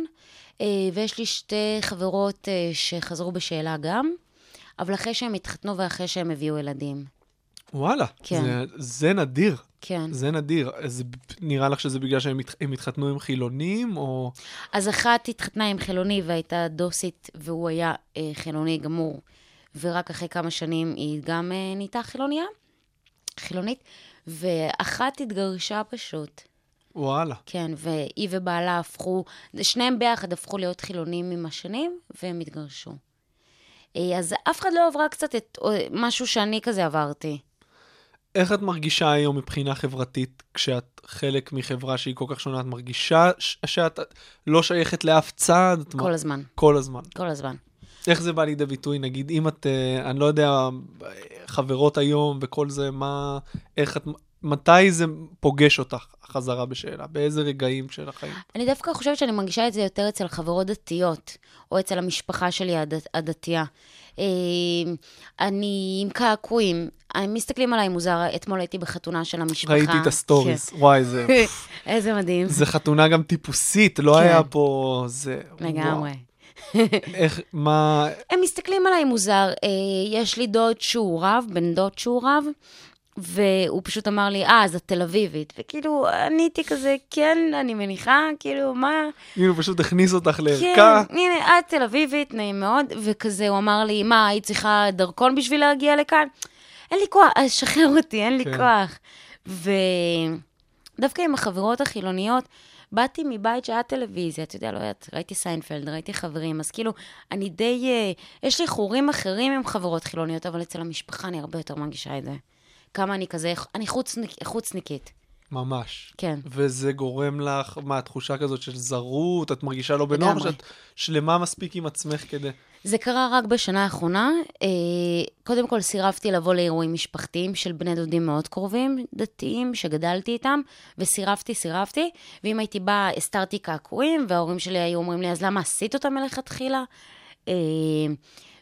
אה, ויש לי שתי חברות אה, שחזרו בשאלה גם, אבל אחרי שהם התחתנו ואחרי שהם הביאו ילדים. וואלה, כן. זה, זה נדיר. כן. זה נדיר. אז נראה לך שזה בגלל שהם הת- הם התחתנו עם חילונים, או... אז אחת התחתנה עם חילוני והייתה דוסית, והוא היה אה, חילוני גמור, ורק אחרי כמה שנים היא גם אה, נהייתה חילוניה. חילונית, ואחת התגרשה פשוט. וואלה. כן, והיא ובעלה הפכו, שניהם ביחד הפכו להיות חילונים עם השנים, והם התגרשו. אה, אז אף אחד לא עברה קצת את אה, משהו שאני כזה עברתי. איך את מרגישה היום מבחינה חברתית, כשאת חלק מחברה שהיא כל כך שונה? את מרגישה ש- שאת לא שייכת לאף צד? את מ- כל הזמן, כל הזמן. כל הזמן. איך זה בא לידי ביטוי? נגיד, אם את, אה, אני לא יודע, חברות היום וכל זה, מה, איך את, מתי זה פוגש אותך, החזרה בשאלה? באיזה רגעים של החיים? אני דווקא חושבת שאני מרגישה את זה יותר אצל חברות דתיות, או אצל המשפחה שלי הד- הדתייה. אה, אני עם קעקועים, הם מסתכלים עליי מוזר, אתמול הייתי בחתונה של המשפחה. ראיתי את הסטוריז, וואי, זה, כן. איזה מדהים. זה חתונה גם טיפוסית, לא כן. היה פה, זה, לגמרי. וואו. איך, מה, הם מסתכלים עליי מוזר. אה, יש לי דוד שהוא רב, בן דוד שהוא רב, והוא פשוט אמר לי, אה, אז את תל אביבית. וכאילו, עניתי כזה, כן, אני מניחה, כאילו, מה? כאילו פשוט הכניס אותך לערכה, כן, הנה, את תל אביבית, נעים מאוד. וכזה, הוא אמר לי, מה, היית צריכה דרכון בשביל להגיע לכאן? אין לי כוח, אז שחרר אותי, אין לי כן. כוח. ודווקא עם החברות החילוניות, באתי מבית שהיה טלוויזיה, אתה יודע, לא יודעת, ראיתי סיינפלד, ראיתי חברים, אז כאילו, אני די... אה, יש לי חורים אחרים עם חברות חילוניות, אבל אצל המשפחה אני הרבה יותר מרגישה את זה. כמה אני כזה, אני חוצניק, חוצניקית. ממש. כן. וזה גורם לך, מה, תחושה כזאת של זרות, את מרגישה לא בנוח, לגמרי. שאת שלמה מספיק עם עצמך כדי... זה קרה רק בשנה האחרונה. אה, קודם כל, סירבתי לבוא לאירועים משפחתיים של בני דודים מאוד קרובים, דתיים, שגדלתי איתם, וסירבתי, סירבתי. ואם הייתי באה, הסתרתי קעקועים, וההורים שלי היו אומרים לי, אז למה עשית אותם מלכתחילה? אה,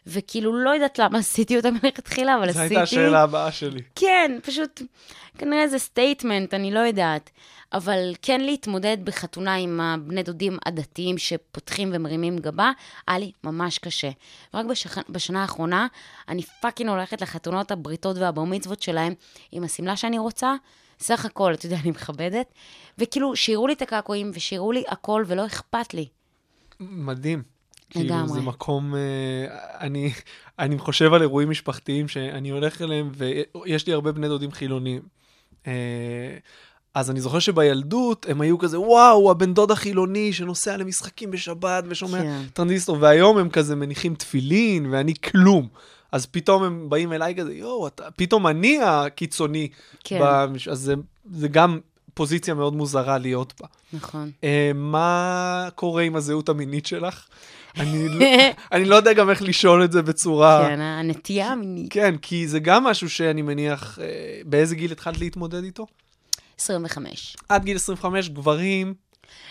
וכאילו, לא יודעת למה עשיתי אותם מלכתחילה, אבל זו עשיתי... הייתה השאלה הבאה שלי. כן, פשוט, כנראה זה סטייטמנט, אני לא יודעת. אבל כן להתמודד בחתונה עם הבני דודים הדתיים שפותחים ומרימים גבה, היה לי ממש קשה. רק בשכ... בשנה האחרונה, אני פאקינג הולכת לחתונות הבריתות והבר מצוות שלהם עם השמלה שאני רוצה. סך הכל, אתה יודע, אני מכבדת. וכאילו, שיראו לי את הקעקועים ושיראו לי הכל, ולא אכפת לי. מדהים. כאילו, לגמרי. זה מקום... אה, אני, אני חושב על אירועים משפחתיים שאני הולך אליהם, ויש לי הרבה בני דודים חילונים. אה, אז אני זוכר שבילדות הם היו כזה, וואו, הבן דוד החילוני שנוסע למשחקים בשבת ושומע כן. טרנזיסטור, והיום הם כזה מניחים תפילין, ואני כלום. אז פתאום הם באים אליי כזה, יואו, אתה... פתאום אני הקיצוני. כן. במש... אז זה, זה גם פוזיציה מאוד מוזרה להיות בה. נכון. אה, מה קורה עם הזהות המינית שלך? אני, לא, אני לא יודע גם איך לשאול את זה בצורה... כן, הנטייה המינית. כן, כי זה גם משהו שאני מניח, אה, באיזה גיל התחלת להתמודד איתו? 25. עד גיל 25, גברים,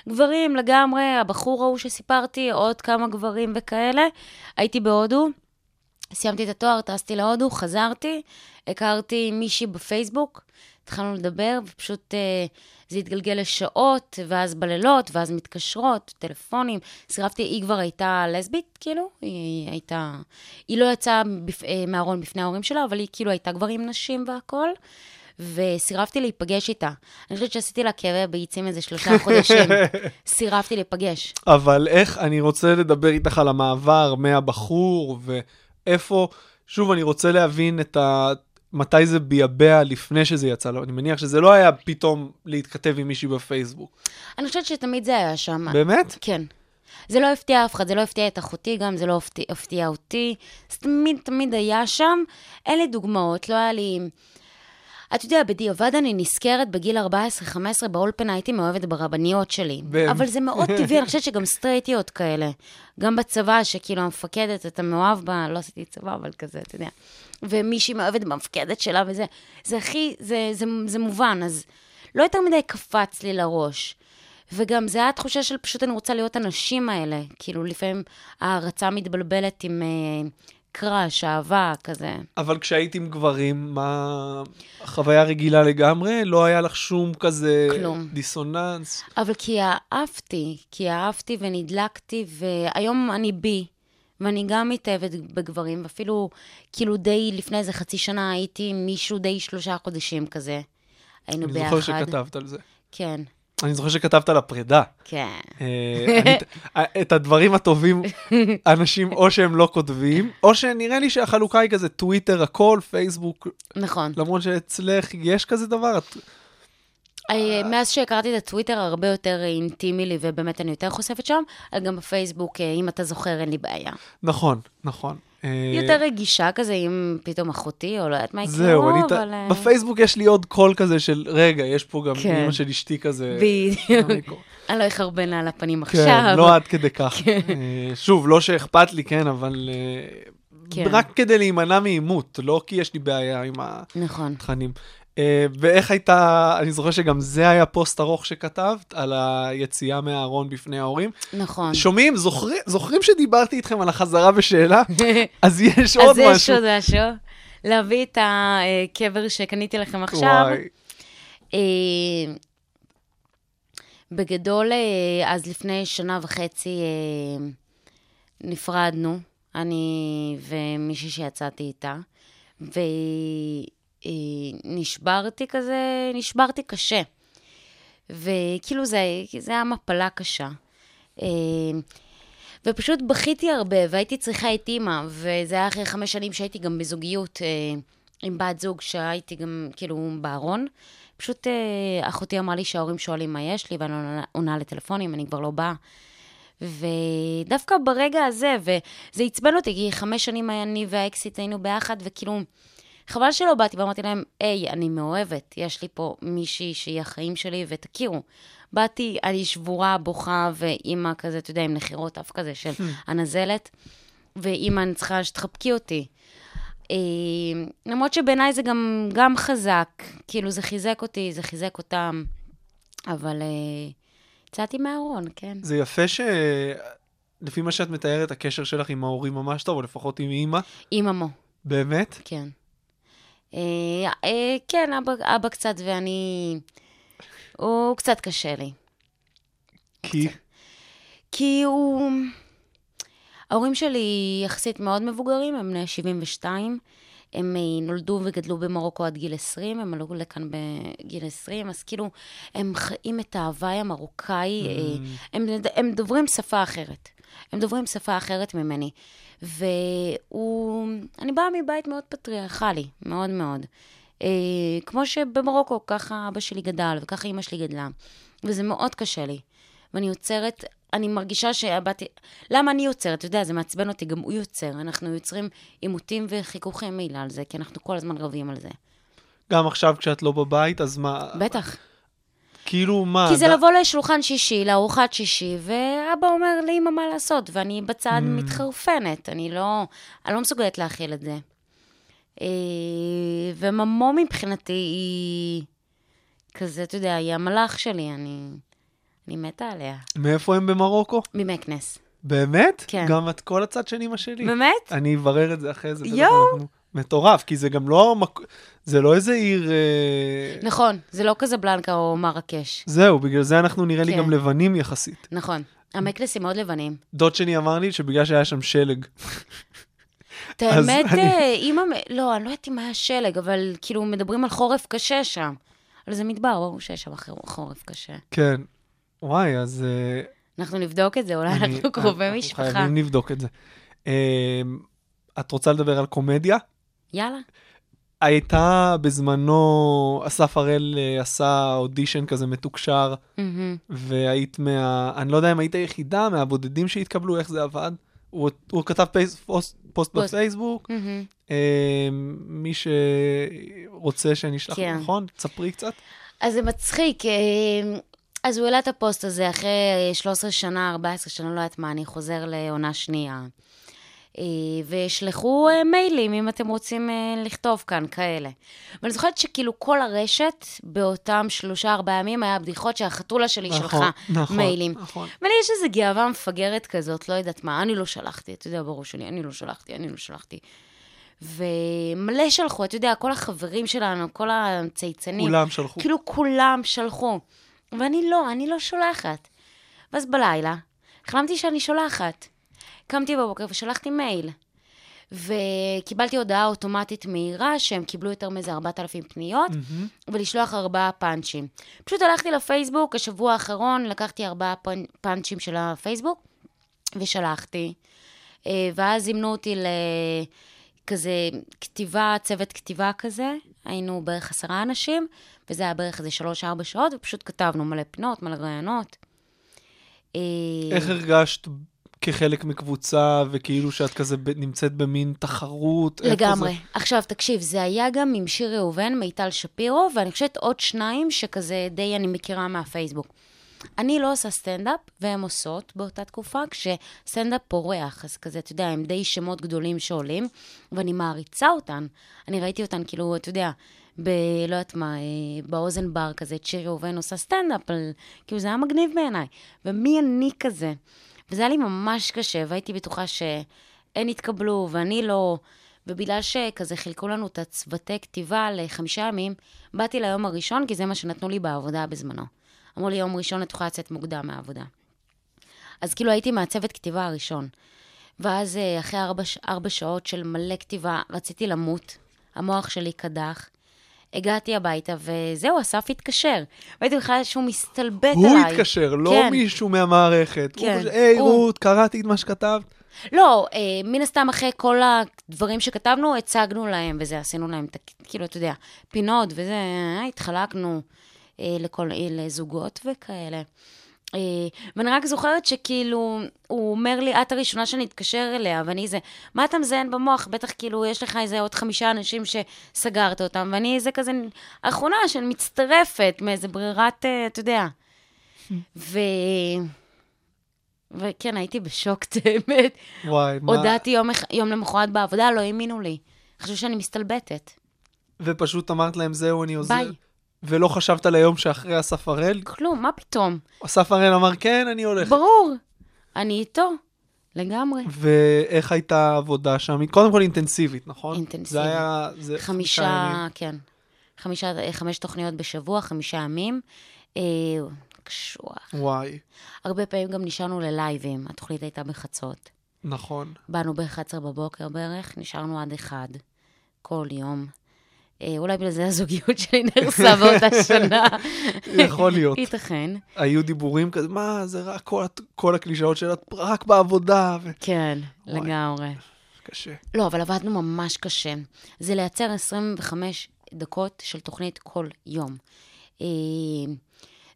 גברים לגמרי, הבחור ההוא שסיפרתי, עוד כמה גברים וכאלה. הייתי בהודו, סיימתי את התואר, טסתי להודו, חזרתי, הכרתי מישהי בפייסבוק, התחלנו לדבר, ופשוט אה, זה התגלגל לשעות, ואז בלילות, ואז מתקשרות, טלפונים. סירבתי, היא כבר הייתה לסבית, כאילו, היא הייתה... היא לא יצאה בפ... אה, מהארון בפני ההורים שלה, אבל היא כאילו הייתה כבר עם נשים והכול. וסירבתי להיפגש איתה. אני חושבת שעשיתי לה קרע ביצים איזה שלושה חודשים. סירבתי להיפגש. אבל איך, אני רוצה לדבר איתך על המעבר מהבחור ואיפה, שוב, אני רוצה להבין את ה... מתי זה ביאבע לפני שזה יצא לו. אני מניח שזה לא היה פתאום להתכתב עם מישהי בפייסבוק. אני חושבת שתמיד זה היה שם. באמת? כן. זה לא הפתיע אף אחד, זה לא הפתיע את אחותי גם, זה לא הפתיע, הפתיע אותי. זה תמיד תמיד היה שם. אין לי דוגמאות, לא היה לי... אתה יודע, בדיעבד אני נזכרת בגיל 14-15 באולפנה, הייתי מאוהבת ברבניות שלי. באמת? אבל זה מאוד טבעי, אני חושבת שגם סטרייטיות כאלה. גם בצבא, שכאילו המפקדת, אתה מאוהב בה, לא עשיתי צבא, אבל כזה, אתה יודע. ומישהי מאוהבת במפקדת שלה וזה. זה הכי, זה, זה, זה מובן, אז לא יותר מדי קפץ לי לראש. וגם זה היה התחושה של פשוט אני רוצה להיות הנשים האלה. כאילו, לפעמים ההערצה מתבלבלת עם אה, קראש, אהבה, כזה. אבל כשהיית עם גברים, מה... חוויה רגילה לגמרי? לא היה לך שום כזה... כלום. דיסוננס? אבל כי אהבתי, כי אהבתי ונדלקתי, והיום אני בי, ואני גם מתאהבת בגברים, ואפילו כאילו די לפני איזה חצי שנה הייתי עם מישהו די שלושה חודשים כזה. היינו אני ביחד. זוכר שכתבת על זה. כן. אני זוכר שכתבת על הפרידה. כן. אה, אני- אה, את הדברים הטובים, אנשים או שהם לא כותבים, או שנראה לי שהחלוקה היא כזה טוויטר, הכל, פייסבוק, נכון. למרות שאצלך יש כזה דבר, את אה, מאז שהכרתי את הטוויטר, הרבה יותר אינטימי לי, ובאמת אני יותר חושפת שם, אבל גם בפייסבוק, אה, אם אתה זוכר, אין לי בעיה. נכון, נכון. אה, יותר רגישה כזה, אם פתאום אחותי, או לא יודעת מה יקרה, זהו, אני... ת- אבל... אה, בפייסבוק יש לי עוד קול כזה של, רגע, יש פה גם כן. אמא של אשתי כזה. בדיוק. אני לא אחרבן לה על הפנים עכשיו. כן, לא עד כדי כך. אה, שוב, לא שאכפת לי, כן, אבל... אה, כן. רק כדי להימנע מעימות, לא כי יש לי בעיה עם נכון. התכנים. אה, ואיך הייתה, אני זוכר שגם זה היה פוסט ארוך שכתבת, על היציאה מהארון בפני ההורים. נכון. שומעים? זוכרים- זוכרים שדיברתי איתכם על החזרה בשאלה? אז יש עוד אז משהו. יש עוד משהו. להביא את הקבר שקניתי לכם עכשיו. וואי, אה, בגדול, אה, אז לפני שנה וחצי אה, נפרדנו, אני ומישהי שיצאתי איתה, ונשברתי כזה, נשברתי קשה. וכאילו זה, זה היה מפלה קשה. אה, ופשוט בכיתי הרבה, והייתי צריכה את אימא, וזה היה אחרי חמש שנים שהייתי גם בזוגיות אה, עם בת זוג, שהייתי גם כאילו בארון. פשוט אה, אחותי אמרה לי שההורים שואלים מה יש לי, ואני עונה- עונה לטלפונים, אני כבר לא באה. ודווקא ברגע הזה, וזה עצבן אותי, כי חמש שנים אני והאקסיט היינו ביחד, וכאילו, חבל שלא באתי ואמרתי להם, היי, אני מאוהבת, יש לי פה מישהי שהיא החיים שלי, ותכירו. באתי, אני שבורה, בוכה, ואימא כזה, אתה יודע, עם נחירות אף כזה של הנזלת, ואימא, אני צריכה שתחבקי אותי. אה, למרות שבעיניי זה גם, גם חזק, כאילו זה חיזק אותי, זה חיזק אותם, אבל אה, יצאתי מהארון, כן. זה יפה ש... לפי מה שאת מתארת, הקשר שלך עם ההורים ממש טוב, או לפחות עם אימא, עם עמו, באמת? כן. אה, אה, כן, אבא, אבא קצת ואני... הוא קצת קשה לי. כי... כן. כי הוא... ההורים שלי יחסית מאוד מבוגרים, הם בני 72. הם אה, נולדו וגדלו במרוקו עד גיל 20, הם עלו לכאן בגיל 20, אז כאילו, הם חיים את ההוואי המרוקאי, אה, הם, הם דוברים שפה אחרת. הם דוברים שפה אחרת ממני. והוא... אני באה מבית מאוד פטריארכלי, מאוד מאוד. אה, כמו שבמרוקו, ככה אבא שלי גדל, וככה אימא שלי גדלה. וזה מאוד קשה לי. ואני יוצרת, אני מרגישה שהבאתי... למה אני יוצרת? אתה יודע, זה מעצבן אותי, גם הוא יוצר. אנחנו יוצרים עימותים וחיכוכי מילה על זה, כי אנחנו כל הזמן רבים על זה. גם עכשיו כשאת לא בבית, אז מה... בטח. כאילו מה? כי זה ד- לבוא לשולחן שישי, לארוחת שישי, ואבא אומר לאמא מה לעשות, ואני בצד מתחרפנת, אני לא, אני לא מסוגלת להכיל את זה. אה, וממו מבחינתי היא כזה, אתה יודע, היא המלאך שלי, אני, אני מתה עליה. מאיפה הם במרוקו? ממקנס. באמת? כן. גם את כל הצד של אמא שלי. באמת? אני אברר את זה אחרי זה. בטח יואו. אנחנו- מטורף, כי זה גם לא... המק- זה לא איזה עיר... אה, נכון, זה לא קזבלנקה או מרקש. זהו, בגלל זה אנחנו נראה לי כן. גם לבנים יחסית. נכון. המקלסים מאוד לבנים. דוד שלי אמר לי שבגלל שהיה שם שלג. את אז האמת, אני- אה, אימא, מ- לא, אני לא יודעת אם היה שלג, אבל כאילו מדברים על חורף קשה שם. אבל זה מדבר, ברור שיש שם חור- חורף קשה. כן. וואי, אז... אה, אנחנו נבדוק את זה, אולי אני- אנחנו קרובי אנחנו משפחה. חייבים לבדוק את זה. אה, את רוצה לדבר על קומדיה? יאללה. הייתה בזמנו, אסף הראל אה, עשה אודישן כזה מתוקשר, מהמם. והיית מה... אני לא יודע אם היית היחידה, מהבודדים שהתקבלו, איך זה עבד. הוא, הוא כתב פייס, פוסט, פוסט פוסט. Mm-hmm. בפייסבוק, מהמם. אה, מי שרוצה שאני אשלח, כן. נכון? תספרי קצת. אז זה מצחיק. אה, אז הוא העלה את הפוסט הזה אחרי אה, 13 שנה, 14 שנה, לא יודעת מה, אני חוזר לעונה שנייה. אה, וישלחו אה, מיילים, אם אתם רוצים אה, לכתוב כאן, כאלה. ואני זוכרת שכאילו כל הרשת, באותם שלושה, ארבעה ימים, היה בדיחות שהחתולה שלי שלחה מיילים. נכון. ולי יש איזו גאווה מפגרת כזאת, לא יודעת מה, אני לא שלחתי, אתה יודע, בראש שלי, אני לא שלחתי, אני לא שלחתי. ומלא שלחו, אתה יודע, כל החברים שלנו, כל הצייצנים. כולם שלחו. כאילו כולם שלחו. ואני לא, אני לא שולחת. ואז בלילה, החלמתי שאני שולחת. קמתי בבוקר ושלחתי מייל. וקיבלתי הודעה אוטומטית מהירה שהם קיבלו יותר מאיזה 4,000 פניות, ולשלוח ארבעה פאנצ'ים. פשוט הלכתי לפייסבוק, השבוע האחרון לקחתי ארבעה פאנ- פאנצ'ים של הפייסבוק, ושלחתי. אה, ואז זימנו אותי לכזה כתיבה, צוות כתיבה כזה, היינו בערך עשרה אנשים, וזה היה בערך איזה שלוש-ארבע שעות, ופשוט כתבנו מלא פינות, מלא רעיונות. אה, איך הרגשת כחלק מקבוצה, וכאילו שאת כזה ב- נמצאת במין תחרות? איפה לגמרי. זה? עכשיו, תקשיב, זה היה גם עם שיר ראובן, מיטל שפירו, ואני חושבת עוד שניים שכזה די אני מכירה מהפייסבוק. אני לא עושה סטנדאפ, והן עושות באותה תקופה, כשסטנדאפ פורח, אז כזה, אתה יודע, הם די שמות גדולים שעולים, ואני מעריצה אותן. אני ראיתי אותן, כאילו, אתה יודע, ב... לא יודעת מה, אה, באוזן בר כזה, את שיר ראובן עושה סטנדאפ, על... כאילו, זה היה מגניב בעיניי. ומי אני כזה? וזה היה לי ממש קשה, והייתי בטוחה שהן יתקבלו ואני לא... ובגלל שכזה חילקו לנו את הצוותי כתיבה לחמישה ימים, באתי ליום הראשון, כי זה מה שנתנו לי בעבודה בזמנו. אמרו לי, יום ראשון את יכולה לצאת מוקדם מהעבודה. אז כאילו הייתי מהצוות כתיבה הראשון. ואז אה, אחרי ארבע, ש- ארבע שעות של מלא כתיבה, רציתי למות. המוח שלי קדח. הגעתי הביתה, וזהו, אסף התקשר. והייתי בכלל שהוא מסתלבט הוא עליי. התקשר, לא כן. מישהו מהמערכת. הוא כן. פשוט, היי, הוא- רות, קראתי את מה שכתבת. לא, אה, מן הסתם אחרי כל הדברים שכתבנו, הצגנו להם וזה, עשינו להם, את ה- כאילו, אתה יודע, פינות וזה, אה, התחלקנו אה, לכל, אה, לזוגות וכאלה. אה, ואני רק זוכרת שכאילו, הוא אומר לי, את הראשונה שאני אתקשר אליה, ואני זה, מה אתה מזיין במוח? בטח כאילו, יש לך איזה עוד חמישה אנשים שסגרת אותם, ואני איזה כזה, האחרונה שמצטרפת מאיזה ברירת, אה, אתה יודע. ו... וכן, הייתי בשוק, את האמת. וואי, מה... הודעתי יום, אח- יום למחרת בעבודה, לא האמינו לי. חשבו שאני מסתלבטת. ופשוט אמרת להם, זהו, אני עוזר. ביי. ולא חשבת על היום שאחרי אסף הראל? כלום, מה פתאום? אסף הראל אמר, כן, אני הולך. ברור, אני איתו, לגמרי. ואיך הייתה העבודה שם? היא קודם כל אינטנסיבית, נכון? אינטנסיבית. זה היה... זה חמישה, כן. חמישה, אה, חמש תוכניות בשבוע, חמישה ימים. אה, קשוח. ימים. וואי, הרבה פעמים גם נשארנו ללייבים, התוכנית הייתה בחצות. נכון. באנו ב-11 בבוקר בערך, נשארנו עד 1 כל יום. אה, אולי בגלל זה הזוגיות שלי נהרסה באותה שנה. יכול להיות. ייתכן. היו דיבורים כזה, מה, זה רק כל, הת- כל הקלישאות שלה, רק בעבודה, כן, וואי. לגמרי. וקשה. לא, אבל עבדנו ממש קשה. זה לייצר 25 דקות של תוכנית כל יום. אה,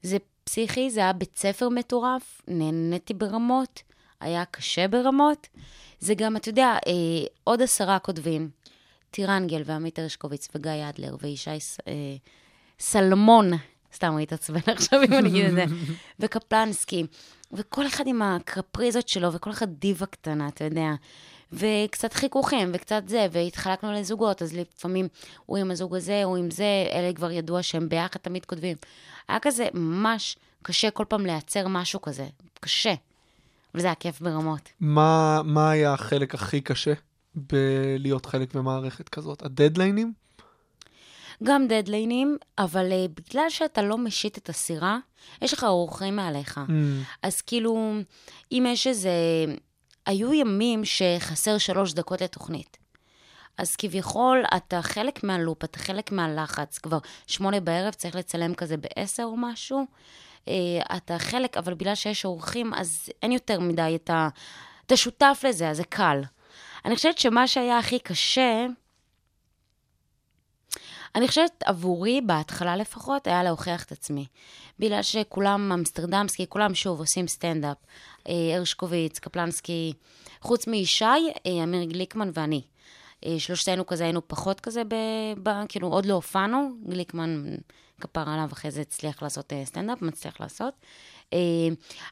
זה פסיכי, זה היה בית ספר מטורף, נהניתי ברמות, היה קשה ברמות. זה גם, אתה יודע, אה, עוד עשרה כותבים, טירנגל ועמית הרשקוביץ וגיא אדלר וישי ס- אה, סלמון, סתם ראית עצבן עכשיו אם אני אגיד את זה, וקפלנסקי, וכל אחד עם הקפריזות שלו, וכל אחד דיבה קטנה, אתה יודע. וקצת חיכוכים, וקצת זה, והתחלקנו לזוגות, אז לפעמים הוא עם הזוג הזה, הוא עם זה, אלה כבר ידוע שהם ביחד תמיד כותבים. היה כזה ממש קשה כל פעם לייצר משהו כזה, קשה. וזה היה כיף ברמות. מה, מה היה החלק הכי קשה בלהיות חלק ממערכת כזאת? הדדליינים? Mm. גם דדליינים, אבל אה, בגלל שאתה לא משיט את הסירה, יש לך אורחים מעליך. Hmm, אז כאילו, אם יש איזה... היו ימים שחסר שלוש דקות לתוכנית. אז כביכול, אתה חלק מהלופ, אתה חלק מהלחץ. כבר שמונה בערב צריך לצלם כזה בעשר או משהו. אה, אתה חלק, אבל בגלל שיש אורחים, אז אין יותר מדי את ה... אתה שותף לזה, אז זה קל. אני חושבת שמה שהיה הכי קשה, אני חושבת עבורי, בהתחלה לפחות, היה להוכיח את עצמי. בגלל שכולם אמסטרדמסקי, כולם שוב עושים סטנדאפ. אה, הרשקוביץ, קפלנסקי, חוץ מישי, אה, אמיר גליקמן ואני. אה, שלושתנו כזה היינו פחות כזה, ב, ב, כאילו עוד לא הופענו, גליקמן כפר עליו אחרי זה הצליח לעשות אה, סטנדאפ, מצליח לעשות. אה,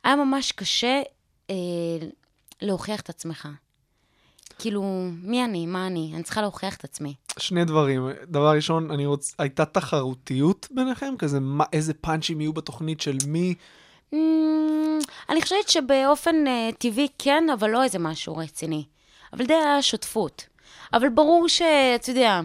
היה ממש קשה אה, להוכיח את עצמך. כאילו, מי אני? מה אני? אני צריכה להוכיח את עצמי. שני דברים. דבר ראשון, אני רוצ... הייתה תחרותיות ביניכם? כזה, מה, איזה פאנצ'ים יהיו בתוכנית של מי? Mm, אני חושבת שבאופן uh, טבעי כן, אבל לא איזה משהו רציני. אבל די היה שותפות. אבל ברור שאתה יודע,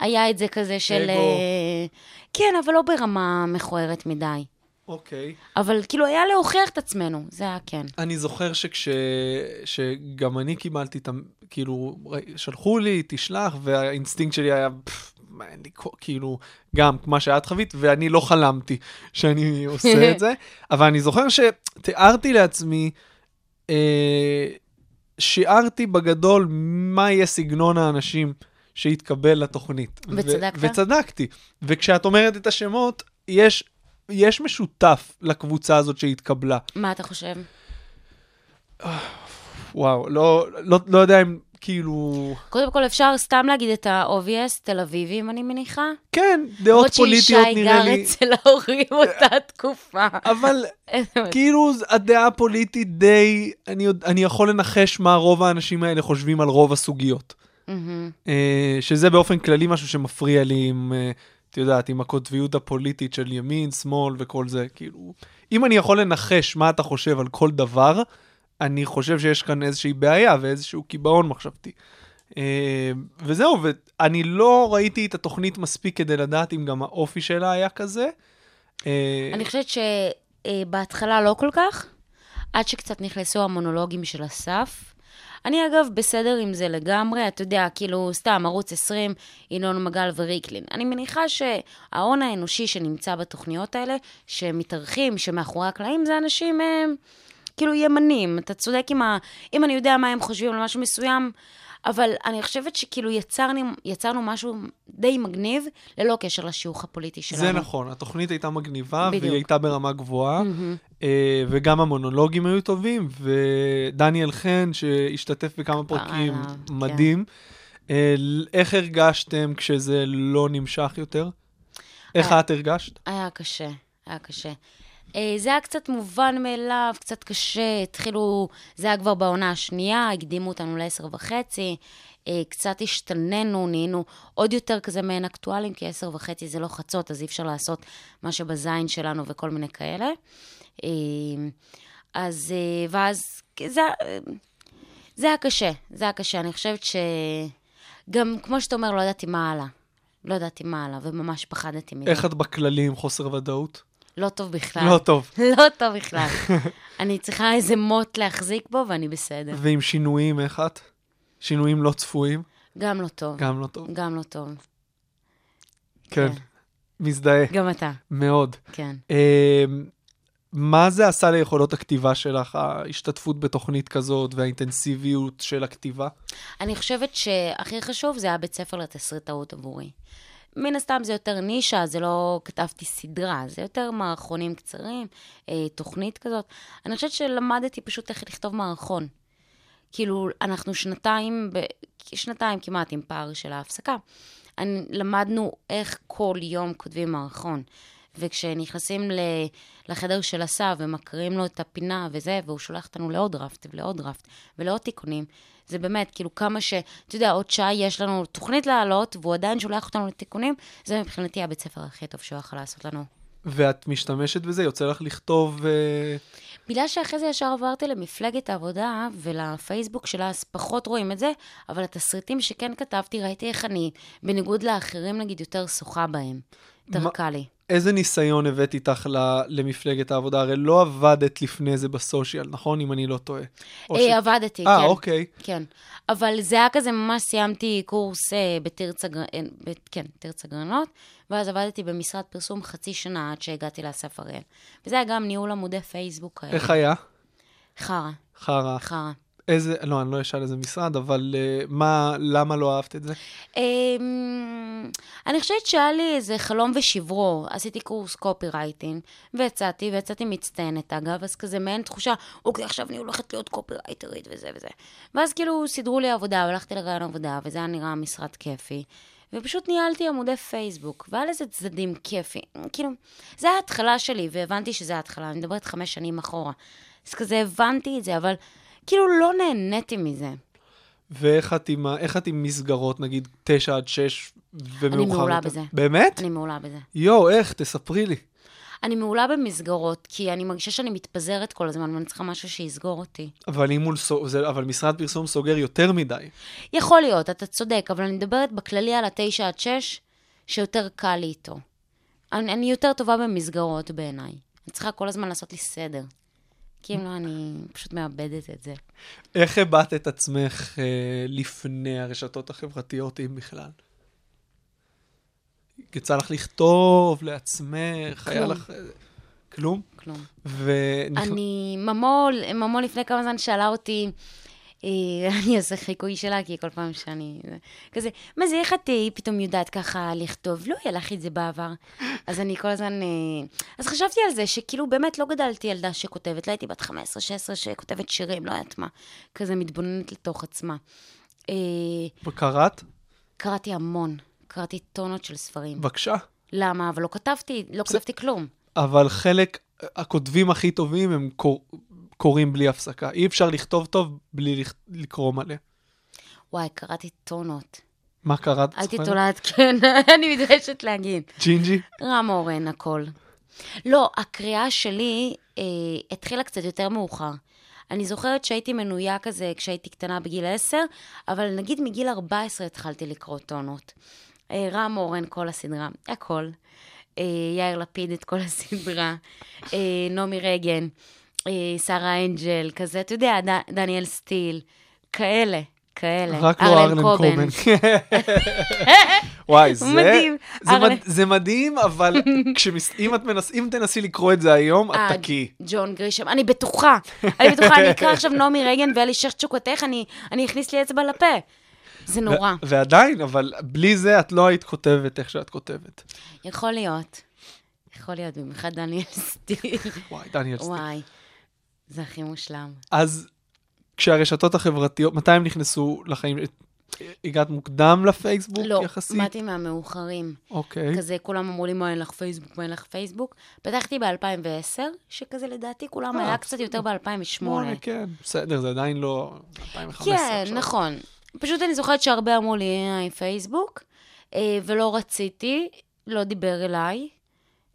היה את זה כזה של... אגו. אה, כן, אבל לא ברמה מכוערת מדי. אוקיי. אבל כאילו היה להוכיח את עצמנו, זה היה כן. אני זוכר שכש... שגם אני קיבלתי את ה... כאילו, ראי- שלחו לי, תשלח, והאינסטינקט שלי היה, "פפ, מה, אין לי כוח", כאילו, גם מה שאת חווית, ואני לא חלמתי שאני עושה את זה. אבל אני זוכר שתיארתי לעצמי, אה, שיערתי בגדול מה יהיה סגנון האנשים שיתקבל לתוכנית. ו- וצדקת? וצדקתי. וכשאת אומרת את השמות, יש... יש משותף לקבוצה הזאת שהתקבלה. מה אתה חושב? וואו, לא, לא, לא יודע אם כאילו... קודם כל, אפשר סתם להגיד את האובייס, תל אביבים, אני מניחה. כן, דעות פוליטיות נראה למרות לי. אה, שישי גר אצל ההורים לא אותה תקופה. אבל אין מה- כאילו ז- הדעה הפוליטית די, אני, יודע- אני יכול לנחש מה רוב האנשים האלה חושבים על רוב הסוגיות. מהמם. אה, שזה באופן כללי משהו שמפריע לי עם, אה, את יודעת, עם הקוטביות הפוליטית של ימין, שמאל וכל זה. כאילו, אם אני יכול לנחש מה אתה חושב על כל דבר, אני חושב שיש כאן איזושהי בעיה ואיזשהו קיבעון מחשבתי. אה, וזהו, ואני לא ראיתי את התוכנית מספיק כדי לדעת אם גם האופי שלה היה כזה. אה, אני חושבת שבהתחלה לא כל כך, עד שקצת נכנסו המונולוגים של אסף. אני אגב בסדר עם זה לגמרי, אתה יודע, כאילו, סתם, ערוץ 20, ינון מגל וריקלין. אני מניחה שההון האנושי שנמצא בתוכניות האלה, שמתארחים, שמאחורי הקלעים, זה אנשים אה, כאילו ימנים. אתה צודק עם ה... אם אני יודע מה הם חושבים על משהו מסוים, אבל אני חושבת שכאילו יצרנו, יצרנו משהו די מגניב, ללא קשר לשיוך הפוליטי שלנו. זה נכון, התוכנית הייתה מגניבה, בדיוק. והיא הייתה ברמה גבוהה, אה, וגם המונולוגים היו טובים, ודניאל חן, שהשתתף בכמה פרקים, עליו, כן. מדהים. אה, ל- איך הרגשתם כשזה לא נמשך יותר? איך אה. את הרגשת? היה קשה, היה קשה. אה, זה היה קצת מובן מאליו, קצת קשה, התחילו, זה היה כבר בעונה השנייה, הקדימו אותנו לעשר וחצי, אה, קצת השתננו, נהיינו עוד יותר כזה מעין אקטואלים, כי עשר וחצי זה לא חצות, אז אי אפשר לעשות מה שבזין שלנו וכל מיני כאלה. אה, אז, אה, ואז, זה, היה- זה היה קשה, זה היה קשה. אני חושבת שגם, כמו שאתה אומר, לא ידעתי מה הלאה. לא ידעתי מה הלאה, וממש פחדתי מזה. איך את בכללי עם חוסר ודאות? לא טוב בכלל. לא טוב. לא טוב בכלל. אני צריכה איזה מוט להחזיק בו ואני בסדר. ועם שינויים, איך את? שינויים לא צפויים? גם לא טוב. גם לא טוב. גם לא טוב. כן. כן. מזדהה, גם אתה, מאוד. כן. אה, מה זה עשה ליכולות הכתיבה שלך, ההשתתפות בתוכנית כזאת והאינטנסיביות של הכתיבה? אני חושבת שהכי חשוב זה היה בית ספר לתסריטאות עבורי. מן הסתם זה יותר נישה, זה לא כתבתי סדרה, זה יותר מערכונים קצרים, אה, תוכנית כזאת. אני חושבת שלמדתי פשוט איך לכתוב מערכון. כאילו, אנחנו שנתיים, ב... שנתיים כמעט עם פער של ההפסקה. אני... למדנו איך כל יום כותבים מערכון. וכשנכנסים ל... לחדר של אסף ומקריאים לו את הפינה וזה, והוא שולח אותנו לעוד דראפט ולעוד דראפט ולעוד תיקונים, זה באמת, כאילו, כמה ש... אתה יודע, עוד שעה יש לנו תוכנית לעלות, והוא עדיין שולח אותנו לתיקונים, זה מבחינתי הבית ספר הכי טוב שהוא יכול לעשות לנו. ואת משתמשת בזה, יוצא לך לכתוב... אה, בגלל שאחרי זה ישר עברתי למפלגת העבודה ולפייסבוק שלה, אז פחות רואים את זה, אבל התסריטים שכן כתבתי, ראיתי איך אני, בניגוד לאחרים, נגיד, יותר שוחה בהם. יותר מה- קל לי. איזה ניסיון הבאת איתך ל- למפלגת העבודה? הרי לא עבדת לפני זה בסושיאל, נכון? אם אני לא טועה. או אה, עבדתי, כן. אה, אוקיי. כן. אבל זה היה כזה, ממש סיימתי קורס אה, בתרצה, גר- אה, ב- כן, תרצה גרנות, ואז עבדתי במשרד פרסום חצי שנה עד שהגעתי לאסף הראל. וזה היה גם ניהול עמודי פייסבוק כאלה. איך היה? חרא, חרא. חרא. איזה... לא, אני לא אשאל איזה משרד, אבל אה, מה... למה לא אהבת את זה? אמ, אני חושבת שהיה לי איזה חלום ושברו. עשיתי קורס קופי רייטינג, והצעתי, והצעתי מצטיינת אגב, אז כזה מעין תחושה, אוקיי, עכשיו אני הולכת להיות קופי רייטרית וזה וזה. ואז כאילו סידרו לי עבודה, והלכתי לראיון עבודה, וזה היה נראה משרד כיפי. ופשוט ניהלתי עמודי פייסבוק, והיה לזה צדדים כיפי. כאילו, זה ההתחלה שלי, והבנתי שזה ההתחלה, אני מדברת חמש שנים אחורה. אז כזה הבנתי את זה, אבל כאילו לא נהניתי מזה. ואיך את עם, ה- איך את עם מסגרות, נגיד, 9 עד 6 ומאוחר? מעולה יותר? בזה. באמת? אני מעולה בזה. יואו, איך? תספרי לי. אני מעולה במסגרות, כי אני מרגישה שאני מתפזרת כל הזמן, ואני צריכה משהו שיסגור אותי. אבל אם מול... סו- זה- אבל משרד פרסום סוגר יותר מדי. יכול להיות, אתה צודק, אבל אני מדברת בכללי על התשע עד שש, שיותר קל לי איתו. אני, אני יותר טובה במסגרות בעיניי. אני צריכה כל הזמן לעשות לי סדר. כי אם לא, אני פשוט מאבדת את זה. איך הבעת את עצמך אה, לפני הרשתות החברתיות, אם בכלל? יצא לך לכתוב לעצמך, היה כלום. לך... אה, כלום? כלום. ונכ- אני, ממול, ממול לפני כמה זמן שאלה אותי, אה, אני אעשה חיקוי שלה, כי כל פעם שאני... זה- כזה, מה זה, איך את אה, פתאום יודעת ככה לכתוב? לא היה לך את זה בעבר. אז אני כל הזמן... אה, אז חשבתי על זה, שכאילו באמת לא גדלתי ילדה שכותבת, לא הייתי בת 15-16 שכותבת שירים, לא יודעת מה. כזה מתבוננת לתוך עצמה. אה, קראת? קראתי המון, קראתי טונות של ספרים. בבקשה. למה? אבל לא כתבתי, לא כתבתי כלום. אבל חלק, אה, הכותבים הכי טובים הם קור... קוראים בלי הפסקה. אי אפשר לכתוב טוב בלי לכ... לקרוא מלא. וואי, קראתי טונות. מה קראת? הייתי זוכרת? תולעת, כן, אני נדרשת להגיד. ג'ינג'י? רם אורן, הכל. לא, הקריאה שלי אה, התחילה קצת יותר מאוחר. אני זוכרת שהייתי מנויה כזה כשהייתי קטנה בגיל 10, אבל נגיד מגיל 14 התחלתי לקרוא טונות. אה, רם אורן, כל הסדרה, הכל. אה, יאיר לפיד, את כל הסדרה. אה, נעמי רגן, אה, שרה אנג'ל, כזה, אתה יודע, ד- דניאל סטיל, כאלה, כאלה. רק לא ארלן קובן. וואי, זה... מדהים, זה, מד... ארלן. זה מדהים, אבל כשמס... אם, את מנס... אם תנסי לקרוא את זה היום, את אה, תקי. ג'ון גרישם, אני בטוחה, אני בטוחה, אני אקרא עכשיו נעמי רגן ואלי שכצ'וק אותך, אני אני אכניס לי אצבע לפה. זה נורא. ו- ועדיין, אבל בלי זה את לא היית כותבת איך שאת כותבת. יכול להיות, יכול להיות, במיוחד דניאל סטיר. וואי, דניאל סטיל. וואי, זה הכי מושלם. אז כשהרשתות החברתיות, מתי הם נכנסו לחיים? הגעת מוקדם לפייסבוק לא, יחסית? באתי מהמאוחרים. אוקיי. כזה, כולם אמרו לי, מה אין לך פייסבוק, מה אין לך פייסבוק. פתחתי ב-2010, שכזה לדעתי כולם אה, היה קצת יותר ב-2008. שמונה, כן. בסדר, זה עדיין לא 2015 כן, עכשיו. נכון. פשוט אני זוכרת שהרבה אמרו לי, היי, פייסבוק, אה, ולא רציתי, לא דיבר אליי,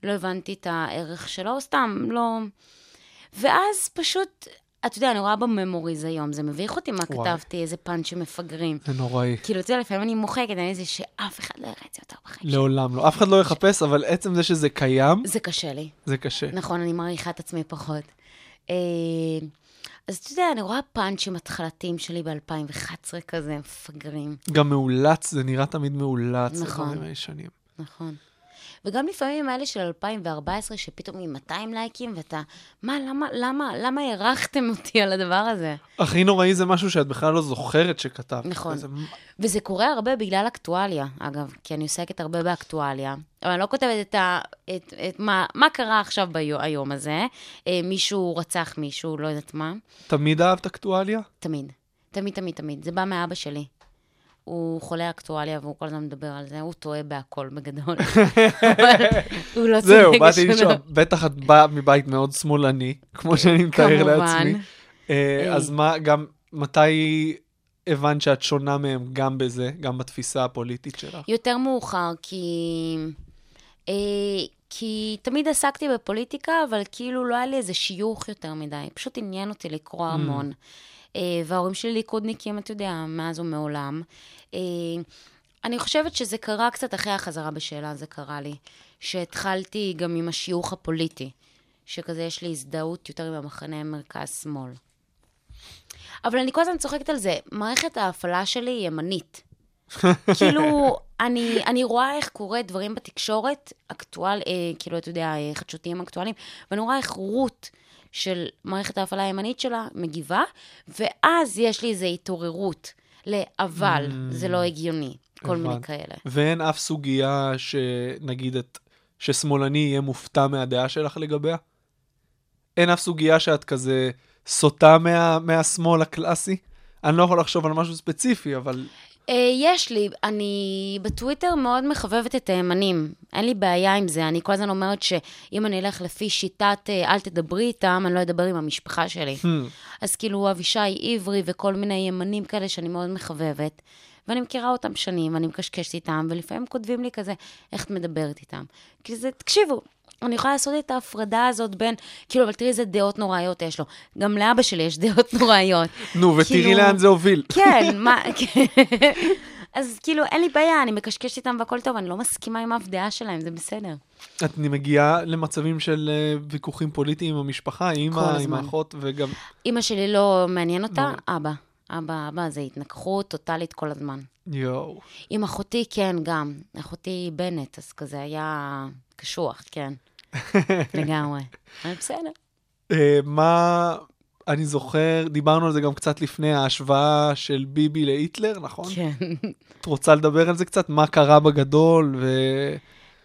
לא הבנתי את הערך שלו, סתם, לא... ואז פשוט, אתה יודע, אני רואה בממוריז היום, זה מביך אותי מה וואי. כתבתי, איזה פאנצ'ים מפגרים. זה נוראי. כאילו, אתה יודע, לפעמים אני מוחקת, אני זה שאף אחד לא יראה את זה יותר בחיים. שלו. לעולם לא. אף אחד לא יחפש, אבל עצם זה שזה קיים, זה קשה לי. זה קשה. נכון, אני מעריכה את עצמי פחות. אה, אז אתה יודע, אני רואה פאנצ'ים התחלתיים שלי ב-2011 כזה, מפגרים. גם מאולץ, זה נראה תמיד מאולץ. נכון. נכון. הישנים. נכון. וגם לפעמים האלה של 2014, שפתאום עם 200 לייקים, ואתה, מה, למה, למה, למה הארכתם אותי על הדבר הזה? הכי נוראי זה משהו שאת בכלל לא זוכרת שכתבת. נכון. וזה- וזה קורה הרבה בגלל אקטואליה, אגב, כי אני עוסקת הרבה באקטואליה, אבל אני לא כותבת את, ה, את, את מה, מה קרה עכשיו ביום הזה, אה, מישהו רצח מישהו, לא יודעת מה, תמיד אהבת אקטואליה? תמיד. תמיד, תמיד, תמיד. זה בא מאבא שלי. הוא חולה אקטואליה והוא כל הזמן מדבר על זה, הוא טועה בהכל בגדול. אבל הוא לא צודק זהו, באתי בשום לשאול, דבר. בטח את באה מבית מאוד שמאלני, כמו שאני מתאר כמובן. לעצמי. אה, אז מה, גם מתי הבנת שאת שונה מהם גם בזה, גם בתפיסה הפוליטית שלך? יותר מאוחר, כי... אה, כי תמיד עסקתי בפוליטיקה, אבל כאילו לא היה לי איזה שיוך יותר מדי. פשוט עניין אותי לקרוא המון. אה, וההורים שלי ליכודניקים, אתה יודע, מאז ומעולם. אה, אני חושבת שזה קרה קצת אחרי החזרה בשאלה, זה קרה לי. שהתחלתי גם עם השיוך הפוליטי. שכזה יש לי הזדהות יותר עם המחנה מרכז-שמאל. אבל אני כל הזמן צוחקת על זה. מערכת ההפעלה שלי היא ימנית. כאילו, אני, אני רואה איך קורה דברים בתקשורת, אקטואל, אה, כאילו, אתה יודע, אה, חדשותיים אקטואליים, ואני רואה איך רות של מערכת ההפעלה הימנית שלה מגיבה, ואז יש לי איזו התעוררות ל"אבל, זה לא הגיוני", כל מיני הבנתי. כאלה. ואין אף סוגיה שנגיד את, ששמאלני יהיה מופתע מהדעה שלך לגביה? אין אף סוגיה שאת כזה סוטה מה, מהשמאל הקלאסי? אני לא יכול לחשוב על משהו ספציפי, אבל אה, יש לי, אני בטוויטר מאוד מחבבת את הימנים. אין לי בעיה עם זה. אני כל הזמן אומרת שאם אני אלך לפי שיטת אה, אל תדברי איתם, אני לא אדבר עם המשפחה שלי. Hmm. אז כאילו, אבישי עברי וכל מיני ימנים כאלה שאני מאוד מחבבת, ואני מכירה אותם שנים, ואני מקשקשת איתם, ולפעמים כותבים לי כזה, איך את מדברת איתם? כי זה, תקשיבו. אני יכולה לעשות את ההפרדה הזאת בין, כאילו, אבל תראי איזה דעות נוראיות יש לו. גם לאבא שלי יש דעות נוראיות. נו, ותראי כאילו- לאן זה הוביל. כן, מה, כן. אז כאילו, אין לי בעיה, אני מקשקשת איתם והכל טוב, אני לא מסכימה עם אף דעה שלהם, זה בסדר. את מגיעה למצבים של אה, ויכוחים פוליטיים עם המשפחה, כל אימא, עם הזמן. האחות, וגם... אימא שלי לא מעניין אותה, אבא. אבא, אבא, זה התנגחות טוטאלית כל הזמן. יואו. עם אחותי, כן, גם. אחותי היא בנט, אז כזה היה קשוח, כן. לגמרי. אבל בסדר. אה, מה... אני זוכר, דיברנו על זה גם קצת לפני ההשוואה של ביבי להיטלר, נכון? כן. את רוצה לדבר על זה קצת? מה קרה בגדול? ו...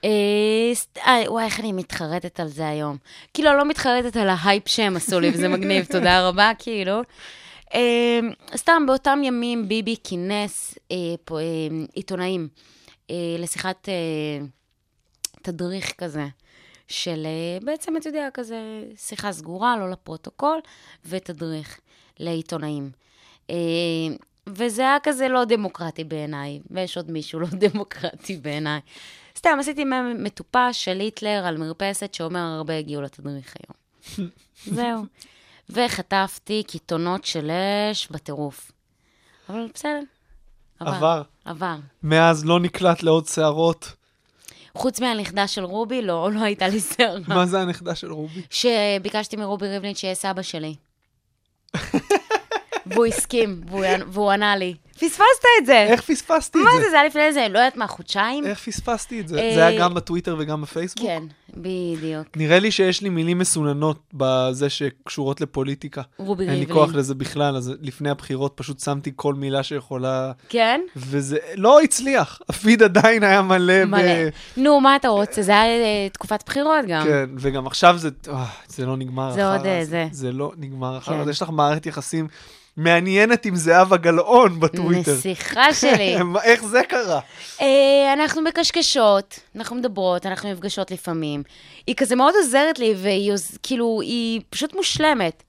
אה, סת- אה, וואי, איך אני מתחרטת על זה היום. כאילו, אני לא מתחרטת על ההייפ שהם עשו לי, וזה מגניב, תודה רבה, כאילו. אה, סתם, באותם ימים ביבי כינס אה, פה, אה, עיתונאים אה, לשיחת אה, תדריך כזה, של אה, בעצם, אתה יודע, כזה שיחה סגורה, לא לפרוטוקול, ותדריך לעיתונאים. אה, וזה היה כזה לא דמוקרטי בעיניי, ויש עוד מישהו לא דמוקרטי בעיניי. סתם, עשיתי מם מטופש של היטלר על מרפסת שאומר הרבה הגיעו לתדריך היום. זהו. וחטפתי קיתונות של אש בטירוף. אבל בסדר. עבר. עבר. מאז לא נקלט לעוד שערות. חוץ מהנכדה של רובי, לא, לא הייתה לי שערה. מה זה הנכדה של רובי? שביקשתי מרובי ריבלין שיהיה סבא שלי. והוא הסכים, והוא, והוא ענה לי, פספסת את זה! איך פספסתי אה. מה את זה, זה? זה היה לפני איזה, לא יודעת מה, חודשיים? איך פספסתי את זה? אה, זה היה גם בטוויטר וגם בפייסבוק? כן, בדיוק. נראה לי שיש לי מילים מסוננות בזה שקשורות לפוליטיקה. רובי אין לי ריבלין. כוח לזה בכלל, אז לפני הבחירות פשוט שמתי כל מילה שיכולה, כן? וזה לא הצליח. הפיד עדיין היה מלא. אה, ב- מלא. נו, מה אתה רוצה? זה היה אה, תקופת בחירות גם. כן, וגם עכשיו זה, אה, זה לא נגמר זה עוד, אחר אה, אז. זה. זה לא נגמר אחר כן. אז. יש לך מערכת יחסים מעניינת עם זהבה גלאון בטוויטר. נסיכה שלי. מה- איך זה קרה? אה, אנחנו מקשקשות, אנחנו מדברות, אנחנו נפגשות לפעמים. היא כזה מאוד עוזרת לי, והיא עוז- כאילו, היא פשוט מושלמת.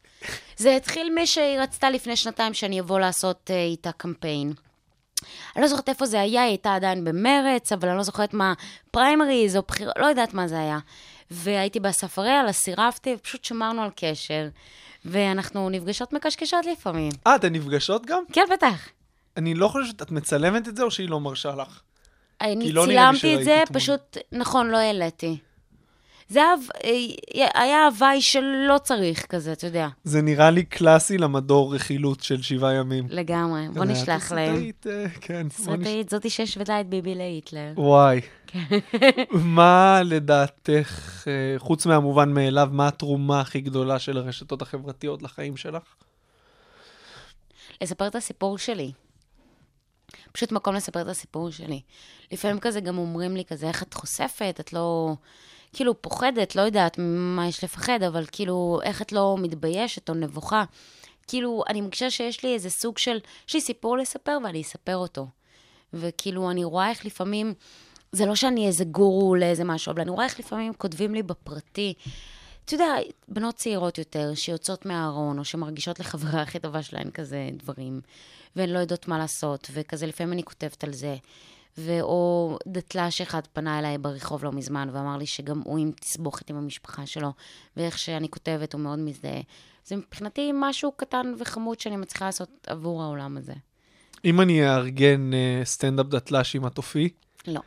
זה התחיל משהיא רצתה לפני שנתיים שאני אבוא לעשות אה, איתה קמפיין. אני לא זוכרת איפה זה היה, היא הייתה עדיין במרץ, אבל אני לא זוכרת מה, פריימריז או בחירות, לא יודעת מה זה היה. והייתי באספריה, לה סירבתי, ופשוט שמרנו על קשר. ואנחנו נפגשות מקשקשות לפעמים. אה, אתן נפגשות גם? כן, בטח. אני לא חושב שאת מצלמת את זה או שהיא לא מרשה לך? אני לא נראה לי צילמתי את זה, שראיתי תמונה. פשוט, נכון, לא העליתי. זה היה, אה, היה הוואי שלא צריך כזה, אתה יודע, זה נראה לי קלאסי למדור רכילות של שבעה ימים. לגמרי. בוא כזה, נשלח כן, "את להם. סרטאית, אה, כן, בוא נש- סרטאית, זאתי שהשוותה את ביבי להיטלר. וואי. כן. מה לדעתך, אה, חוץ מהמובן מאליו, מה התרומה הכי גדולה של הרשתות החברתיות לחיים שלך? לספר את הסיפור שלי. פשוט מקום לספר את הסיפור שלי. לפעמים כזה גם אומרים לי כזה, איך את חושפת? את לא... כאילו, פוחדת, לא יודעת ממה יש לפחד, אבל כאילו, איך את לא מתביישת או נבוכה? כאילו, אני מרגישה שיש לי איזה סוג של... יש לי סיפור לספר ואני אספר אותו. וכאילו, אני רואה איך לפעמים... זה לא שאני איזה גורו לאיזה משהו, אבל אני רואה איך לפעמים כותבים לי בפרטי. אתה יודע, בנות צעירות יותר, שיוצאות מהארון, או שמרגישות לחברה הכי טובה שלהן כזה דברים, והן לא יודעות מה לעשות, וכזה לפעמים אני כותבת על זה. ואו דתל"ש אחד פנה אליי ברחוב לא מזמן, ואמר לי שגם הוא עם תסבוכת עם המשפחה שלו, ואיך שאני כותבת הוא מאוד מזדהה. זה מבחינתי משהו קטן וחמוד שאני מצליחה לעשות עבור העולם הזה. אם אני אארגן אה, סטנדאפ דתל"ש עם התופי, לא.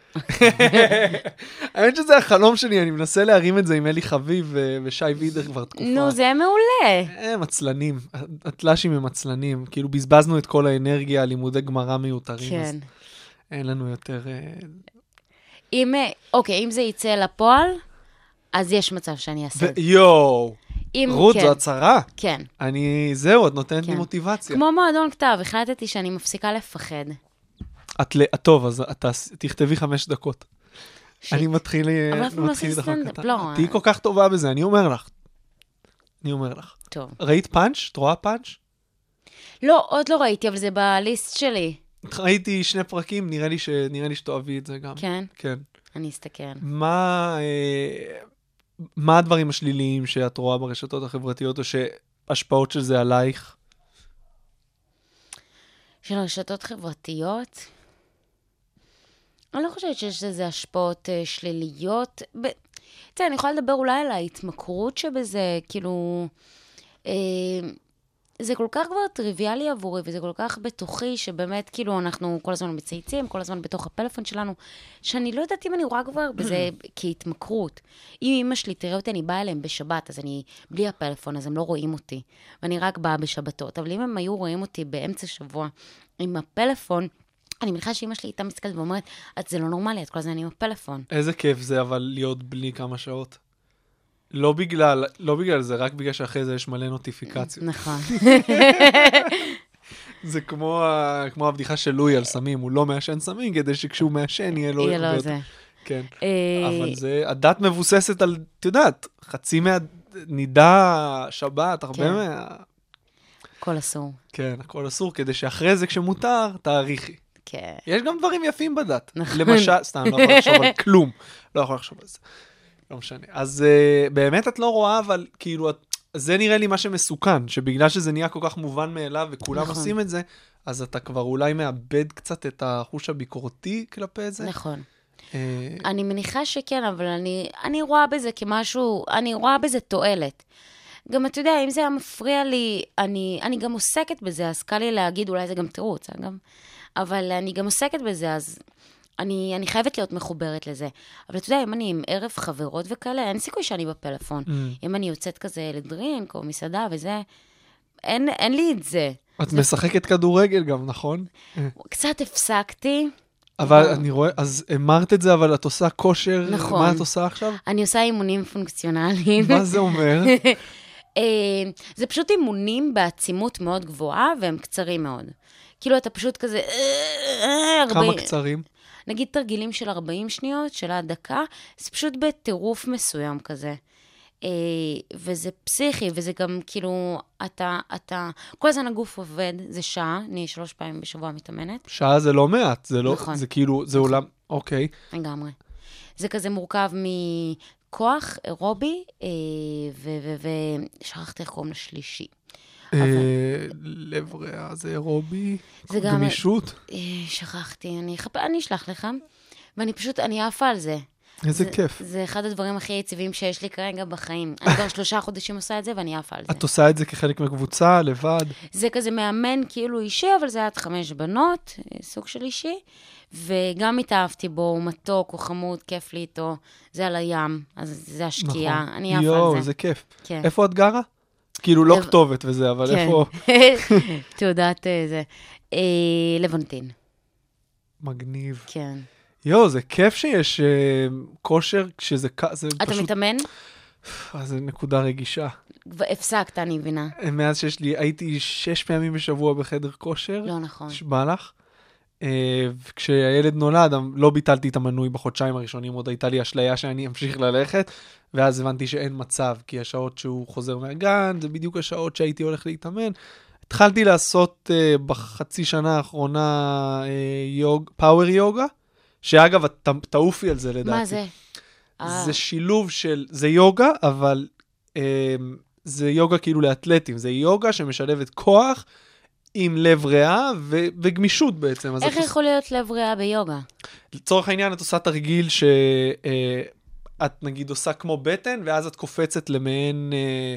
האמת שזה החלום שלי, אני מנסה להרים את זה עם אלי חביב אה, ושי וידר כבר תקופה. נו, זה מעולה. הם עצלנים, התל"שים הם עצלנים, כאילו בזבזנו את כל האנרגיה על לימודי גמרא מיותרים, אז כן. אין לנו יותר... אה, אם, אה, אוקיי, אם זה יצא לפועל, אז יש מצב שאני אעשה את ו- זה. יואו, אם- רות, כן, זו הצהרה. כן. אני, זהו, את נותנת לי כן. מוטיבציה. כמו מועדון כתב, החלטתי שאני מפסיקה לפחד. את ל- את טוב, אז את תעש- תכתבי חמש דקות. שיט. אני מתחיל אה, אבל אף פעם לא מתחיל עשיתי לדחוק סטנדאפ, אותה. לא. תהיי כל כך טובה בזה, אני אומר לך. אני אומר לך. טוב. ראית פאנץ'? את רואה פאנץ'? לא, עוד לא ראיתי, אבל זה בליסט שלי. ראיתי שני פרקים, נראה לי ש- נראה לי שתאהבי את זה גם. כן? כן. אני אסתכל. מה, אה, מה הדברים השליליים שאת רואה ברשתות החברתיות, או שהשפעות של זה עלייך? של רשתות חברתיות? אני לא חושבת שיש לזה השפעות אה, שליליות. ב... תראה, אני יכולה לדבר אולי על ההתמכרות שבזה, כאילו... אה, זה כל כך כבר טריוויאלי עבורי, וזה כל כך בתוכי, שבאמת, כאילו, אנחנו כל הזמן מצייצים, כל הזמן בתוך הפלאפון שלנו, שאני לא יודעת אם אני רואה כבר בזה כהתמכרות. אם אמא שלי תראה אותי, אני באה אליהם בשבת, אז אני בלי הפלאפון, אז הם לא רואים אותי, ואני רק באה בשבתות. אבל אם הם היו רואים אותי באמצע שבוע עם הפלאפון, אני מניחה שאימא שלי הייתה מסתכלת ואומרת, את זה לא נורמלי, את כל הזמן עם הפלאפון. איזה כיף זה אבל להיות בלי כמה שעות. לא בגלל, לא בגלל זה, רק בגלל שאחרי זה יש מלא נוטיפיקציות. נכון. זה כמו, ה- כמו הבדיחה של לואי על סמים, הוא לא מעשן סמים כדי שכשהוא מעשן לא יהיה לו... יהיה הרבה לו יותר. זה. כן. אה, אבל זה, הדת מבוססת על, את יודעת, חצי מהנידה, שבת, הרבה כן. מה... הכל אסור. כן, הכל אסור, כדי שאחרי זה כשמותר, תעריכי. כן. יש גם דברים יפים בדת. נכון. למשל, סתם, לא יכול לחשוב על כלום. לא יכול לחשוב על זה. לא משנה. אז uh, באמת את לא רואה, אבל כאילו, את... זה נראה לי מה שמסוכן, שבגלל שזה נהיה כל כך מובן מאליו וכולם נכון. עושים את זה, אז אתה כבר אולי מאבד קצת את החוש הביקורתי כלפי זה. נכון. אה, אני מניחה שכן, אבל אני, אני רואה בזה כמשהו, אני רואה בזה תועלת. גם, אתה יודע, אם זה היה מפריע לי, אני, אני גם עוסקת בזה, אז קל לי להגיד, אולי זה גם תירוץ, אגב. אבל אני גם עוסקת בזה, אז אני, אני חייבת להיות מחוברת לזה. אבל אתה יודע, אם אני עם ערב חברות וכאלה, אין סיכוי שאני בפלאפון. Mm. אם אני יוצאת כזה לדרינק או מסעדה וזה, אין, אין לי את זה. את משחקת כדורגל גם, נכון? קצת הפסקתי. אבל אני רואה, אז אמרת את זה, אבל את עושה כושר, נכון. מה את עושה עכשיו? אני עושה אימונים פונקציונליים. מה זה אומר? אה, זה פשוט אימונים בעצימות מאוד גבוהה, והם קצרים מאוד. כאילו, אתה פשוט כזה... אה, אה, כמה ארבעים- קצרים? נגיד תרגילים של 40 שניות, של עד דקה, זה פשוט בטירוף מסוים כזה. אה, וזה פסיכי, וזה גם כאילו, אתה, אתה, כל הזמן הגוף עובד, זה שעה, אני שלוש פעמים בשבוע מתאמנת, שעה זה לא מעט, זה לא, נכון. זה כאילו, זה עולם, אוקיי. לגמרי. זה כזה מורכב מכוח, אירובי, אה, ושכחתי איך קוראים לשלישי. אה, לב ריאה זה אירובי, אוקיי. זה גם- גמישות, אה, שכחתי, אני אחפ... אני אשלח לך. ואני פשוט, אני עפה על זה. איזה כיף. זה אחד הדברים הכי יציבים שיש לי כרגע בחיים. אני כבר שלושה חודשים עושה את זה ואני עפה על זה. את עושה את זה כחלק מקבוצה, לבד, זה כזה מאמן כאילו אישי, אבל זה היה עד חמש בנות, אה, סוג של אישי. וגם התאהבתי בו, הוא מתוק, הוא חמוד, כיף לי איתו. זה על הים, אז זה השקיעה, נכון. אני עפה יואו, על זה. זה כיף. כן. איפה את גרה? כאילו, לא לב- כתובת וזה, אבל איפה... כן. תעודת אה, זה. אה, לבנטין, מגניב. כן. יואו, זה כיף שיש אה, כושר, כשזה ק- זה אתה פשוט... מתאמן? אה, זה נקודה רגישה. כבר הפסקת, אני מבינה. מאז שיש לי, הייתי שש פעמים בשבוע בחדר כושר. לא נכון. נשבע לך. אה, כשהילד נולד, אמ- לא ביטלתי את המנוי בחודשיים הראשונים, עוד הייתה לי אשליה שאני אמשיך ללכת, ואז הבנתי שאין מצב, כי השעות שהוא חוזר מהגן, זה בדיוק השעות שהייתי הולך להתאמן. התחלתי לעשות אה, בחצי שנה האחרונה אה, יוג, פאוור יוגה, שאגב, את ת- תעופי על זה לדעתי. מה זה? אה, זה שילוב של, זה יוגה, אבל אמ, זה יוגה כאילו לאתלטים, זה יוגה שמשלבת כוח עם לב ריאה ו- וגמישות בעצם. אז איך את יכול להיות לב ריאה ביוגה? לצורך העניין, את עושה תרגיל שאת נגיד עושה כמו בטן, ואז את קופצת למעין, אה,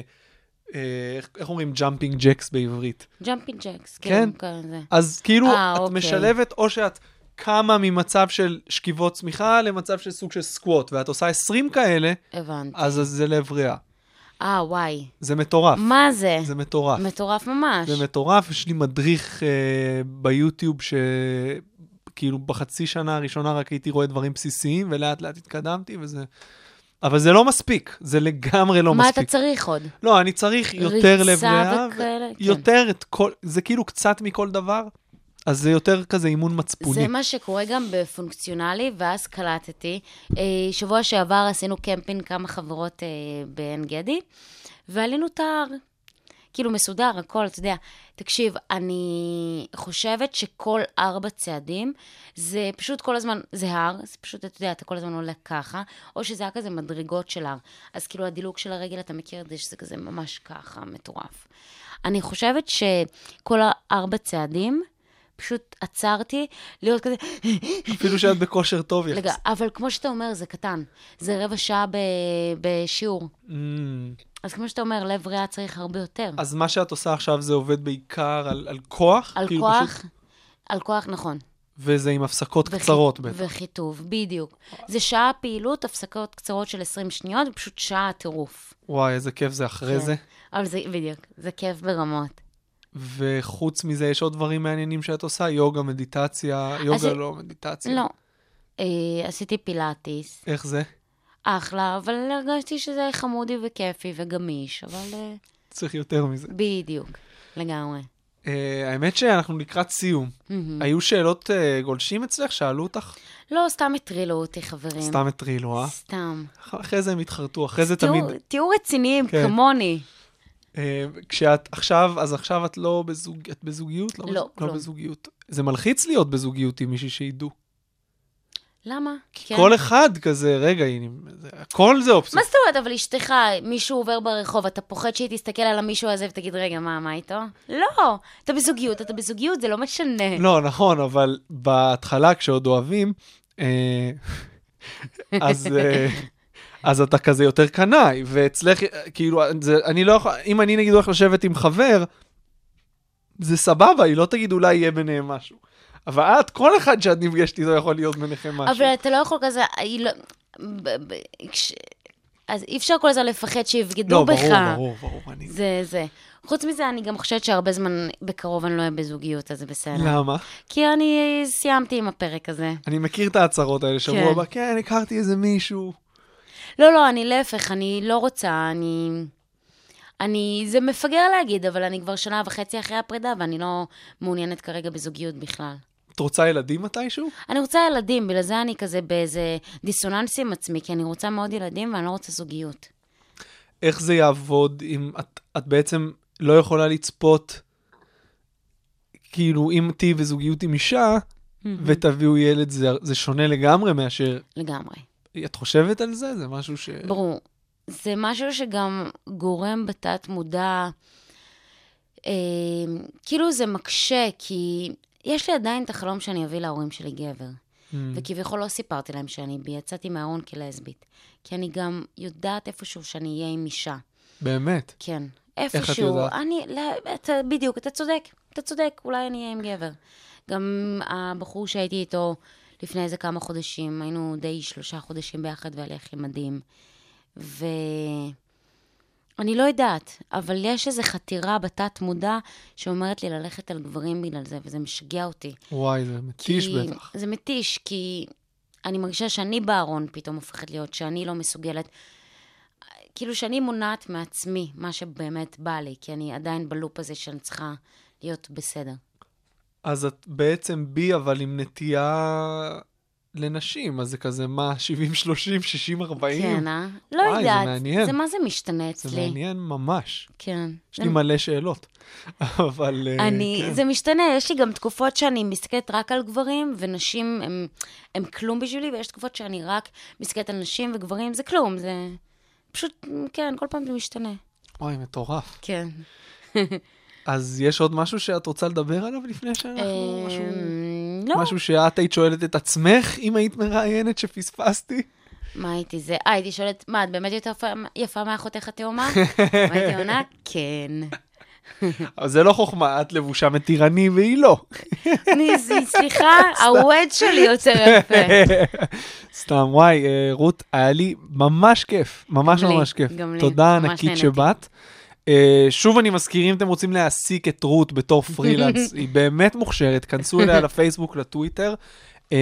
אה, איך- איך אומרים ג'אמפינג ג'קס בעברית. ג'מפינג ג'קס. כאילו, כן. כזה. אז כאילו, אה, את אוקיי. משלבת או שאת... קמה ממצב של שכיבות צמיחה למצב של סוג של סקווט, ואת עושה 20 כאלה, הבנתי. אז אז זה לב ריאה. אה, וואי. זה מטורף. מה זה? זה מטורף. מטורף ממש. זה מטורף, יש לי מדריך אה, ביוטיוב שכאילו בחצי שנה הראשונה רק הייתי רואה דברים בסיסיים, ולאט לאט התקדמתי וזה... אבל זה לא מספיק, זה לגמרי לא מה מספיק. אתה צריך עוד? לא, אני צריך יותר ריצה לב ריאה, וכאלה, כן. יותר את כל, זה כאילו קצת מכל דבר, אז זה יותר כזה אימון מצפוני. זה מה שקורה גם בפונקציונלי, ואז קלטתי. אה, שבוע שעבר עשינו קמפינג כמה חברות אה, בעין גדי, ועלינו את ההר. כאילו מסודר, הכל, אתה יודע. תקשיב, אני חושבת שכל ארבע צעדים, זה פשוט כל הזמן, זה הר, זה פשוט, אתה יודע, אתה כל הזמן עולה ככה, או שזה היה כזה מדרגות של הר. אז כאילו הדילוג של הרגל, אתה מכיר את זה שזה כזה ממש ככה, מטורף. אני חושבת שכל הארבע צעדים, פשוט עצרתי להיות כזה... אפילו שאת בכושר טוב יחס. רגע, אבל כמו שאתה אומר, זה קטן. זה רבע שעה ב... בשיעור. Mm. אז כמו שאתה אומר, לב ריאה צריך הרבה יותר. אז מה שאת עושה עכשיו זה עובד בעיקר על, על כוח? על כאילו כוח, פשוט- על כוח, נכון. וזה עם הפסקות וכי- קצרות בטח. וכיתוב, בדיוק. זה שעה פעילות, הפסקות קצרות של 20 שניות, ופשוט שעה טירוף. וואי, איזה כיף זה אחרי כן. זה. אבל זה, בדיוק, זה כיף ברמות. וחוץ מזה, יש עוד דברים מעניינים שאת עושה? יוגה, מדיטציה, יוגה זה- לא מדיטציה. לא. אה, עשיתי פילאטיס, איך זה? אחלה, אבל הרגשתי שזה חמודי וכיפי וגמיש, אבל אה, צריך יותר מזה. בדיוק, לגמרי. Uh, האמת שאנחנו לקראת סיום. היו שאלות uh, גולשים אצלך? שאלו אותך? לא, סתם הטרילו אותי, חברים. סתם הטרילו, אה? סתם. אח- אחרי זה הם התחרטו, אחרי זה תמיד... תהיו- תהיו רציניים, כן. כמוני. אה, כשאת עכשיו, אז עכשיו את לא בזוג... את בזוגיות? לא, בזוג- לא כלום. בזוגיות. זה מלחיץ להיות בזוגיות עם מישהי שידעו. למה? כן. כל אחד כזה, רגע, הנה, זה- הכל זה אופציה. מה זאת אומרת, אבל אשתך, מישהו עובר ברחוב, אתה פוחד שהיא תסתכל על המישהו הזה ותגיד, רגע, מה, מה איתו? לא, אתה בזוגיות, אתה בזוגיות, זה לא משנה. לא, נכון, אבל בהתחלה, כשעוד אוהבים, אה, אז... אה, אז אתה כזה יותר קנאי, ואצלך, אה, כאילו, זה, אני לא יכול, אם אני נגיד הולך לשבת עם חבר, זה סבבה, היא לא תגיד אולי יהיה ביניהם משהו. אבל את, כל אחד שאת נפגשת איתו יכול להיות ביניכם משהו. אבל אתה לא יכול כזה, היא לא... ב- ב- כש- אז אי אפשר כל הזמן לפחד שיבגדו לא, בך. ברור, ברור, ברור, אני... זה זה. חוץ מזה, אני גם חושבת שהרבה זמן בקרוב אני לא אהיה בזוגיות, אז זה בסדר. למה? כי אני סיימתי עם הפרק הזה. אני מכיר את ההצהרות האלה, שבוע כן. הבא, כן, הכרתי איזה מישהו. לא, לא, אני להפך, אני לא רוצה, אני... אני, זה מפגר להגיד, אבל אני כבר שנה וחצי אחרי הפרידה, ואני לא מעוניינת כרגע בזוגיות בכלל. את רוצה ילדים מתישהו? אני רוצה ילדים, בגלל זה אני כזה באיזה דיסוננס עם עצמי, כי אני רוצה מאוד ילדים ואני לא רוצה זוגיות. איך זה יעבוד אם את, את בעצם לא יכולה לצפות, כאילו, אם תהיי בזוגיות עם אישה ותביאו ילד, זה, זה שונה לגמרי מאשר... לגמרי. את חושבת על זה? זה משהו ש... ברור. זה משהו שגם גורם בתת-מודע, אה, כאילו זה מקשה, כי יש לי עדיין את החלום שאני אביא להורים שלי גבר. Mm. וכביכול לא סיפרתי להם שאני בי, יצאתי מהארון כלסבית. כי אני גם יודעת איפשהו שאני אהיה עם אישה. באמת. כן. את איפשהו. יודעת? אני, לא, אתה, בדיוק, אתה צודק. אתה צודק, אולי אני אהיה עם גבר. גם הבחור שהייתי איתו לפני איזה כמה חודשים, היינו די שלושה חודשים ביחד והלך לי מדהים. ו... אני לא יודעת, אבל יש איזו חתירה בתת-מודע שאומרת לי ללכת על גברים בגלל זה, וזה משגע אותי. וואי, זה מתיש כי- בטח. זה מתיש, כי אני מרגישה שאני בארון פתאום הופכת להיות, שאני לא מסוגלת. כאילו שאני מונעת מעצמי מה שבאמת בא לי, כי אני עדיין בלופ הזה שאני צריכה להיות בסדר. אז את בעצם בי, אבל עם נטייה לנשים, אז זה כזה, מה, 70, 30, 60, 40? כן, אה? לא וואי, זה יודעת. מעניין. זה מה זה משתנה זה אצלי. מעניין ממש. כן. יש לי מלא שאלות. אבל... אה, אני, כן. זה משתנה, יש לי גם תקופות שאני מסתכלת רק על גברים, ונשים הם, הם כלום בשבילי, ויש תקופות שאני רק מסתכלת על נשים וגברים, זה כלום, זה פשוט, כן, כל פעם זה משתנה. וואי, מטורף. כן. אז יש עוד משהו שאת רוצה לדבר עליו לפני שאנחנו... משהו- אמ, אה, לא, משהו שאת היית שואלת את עצמך אם היית מראיינת שפספסתי? מה הייתי זה? אה, הייתי שואלת, מה, את באמת יותר יפה- יפה מאחותך התאומה? והייתי עונה, כן. אבל זה לא חוכמה, את לבושה מתירני והיא לא. אני, זה- סליחה, הווד שלי יותר יפה. סתם, וואי, אה, רות, היה לי ממש כיף, ממש גם לי, ממש כיף. גם לי, תודה ממש ענקית נהניתי. שבאת. אה, שוב אני מזכיר, אם אתם רוצים להעסיק את רות בתור פרילנס, היא באמת מוכשרת, כנסו אליה לפייסבוק, לטוויטר. אה,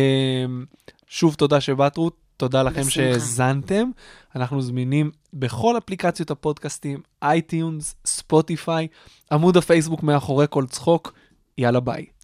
שוב, תודה שבאת, רות, תודה לכם בשמחה. שהאזנתם. אנחנו זמינים בכל אפליקציות הפודקאסטים, אייטיונס, ספוטיפיי, עמוד הפייסבוק מאחורי כל צחוק. יאללה ביי.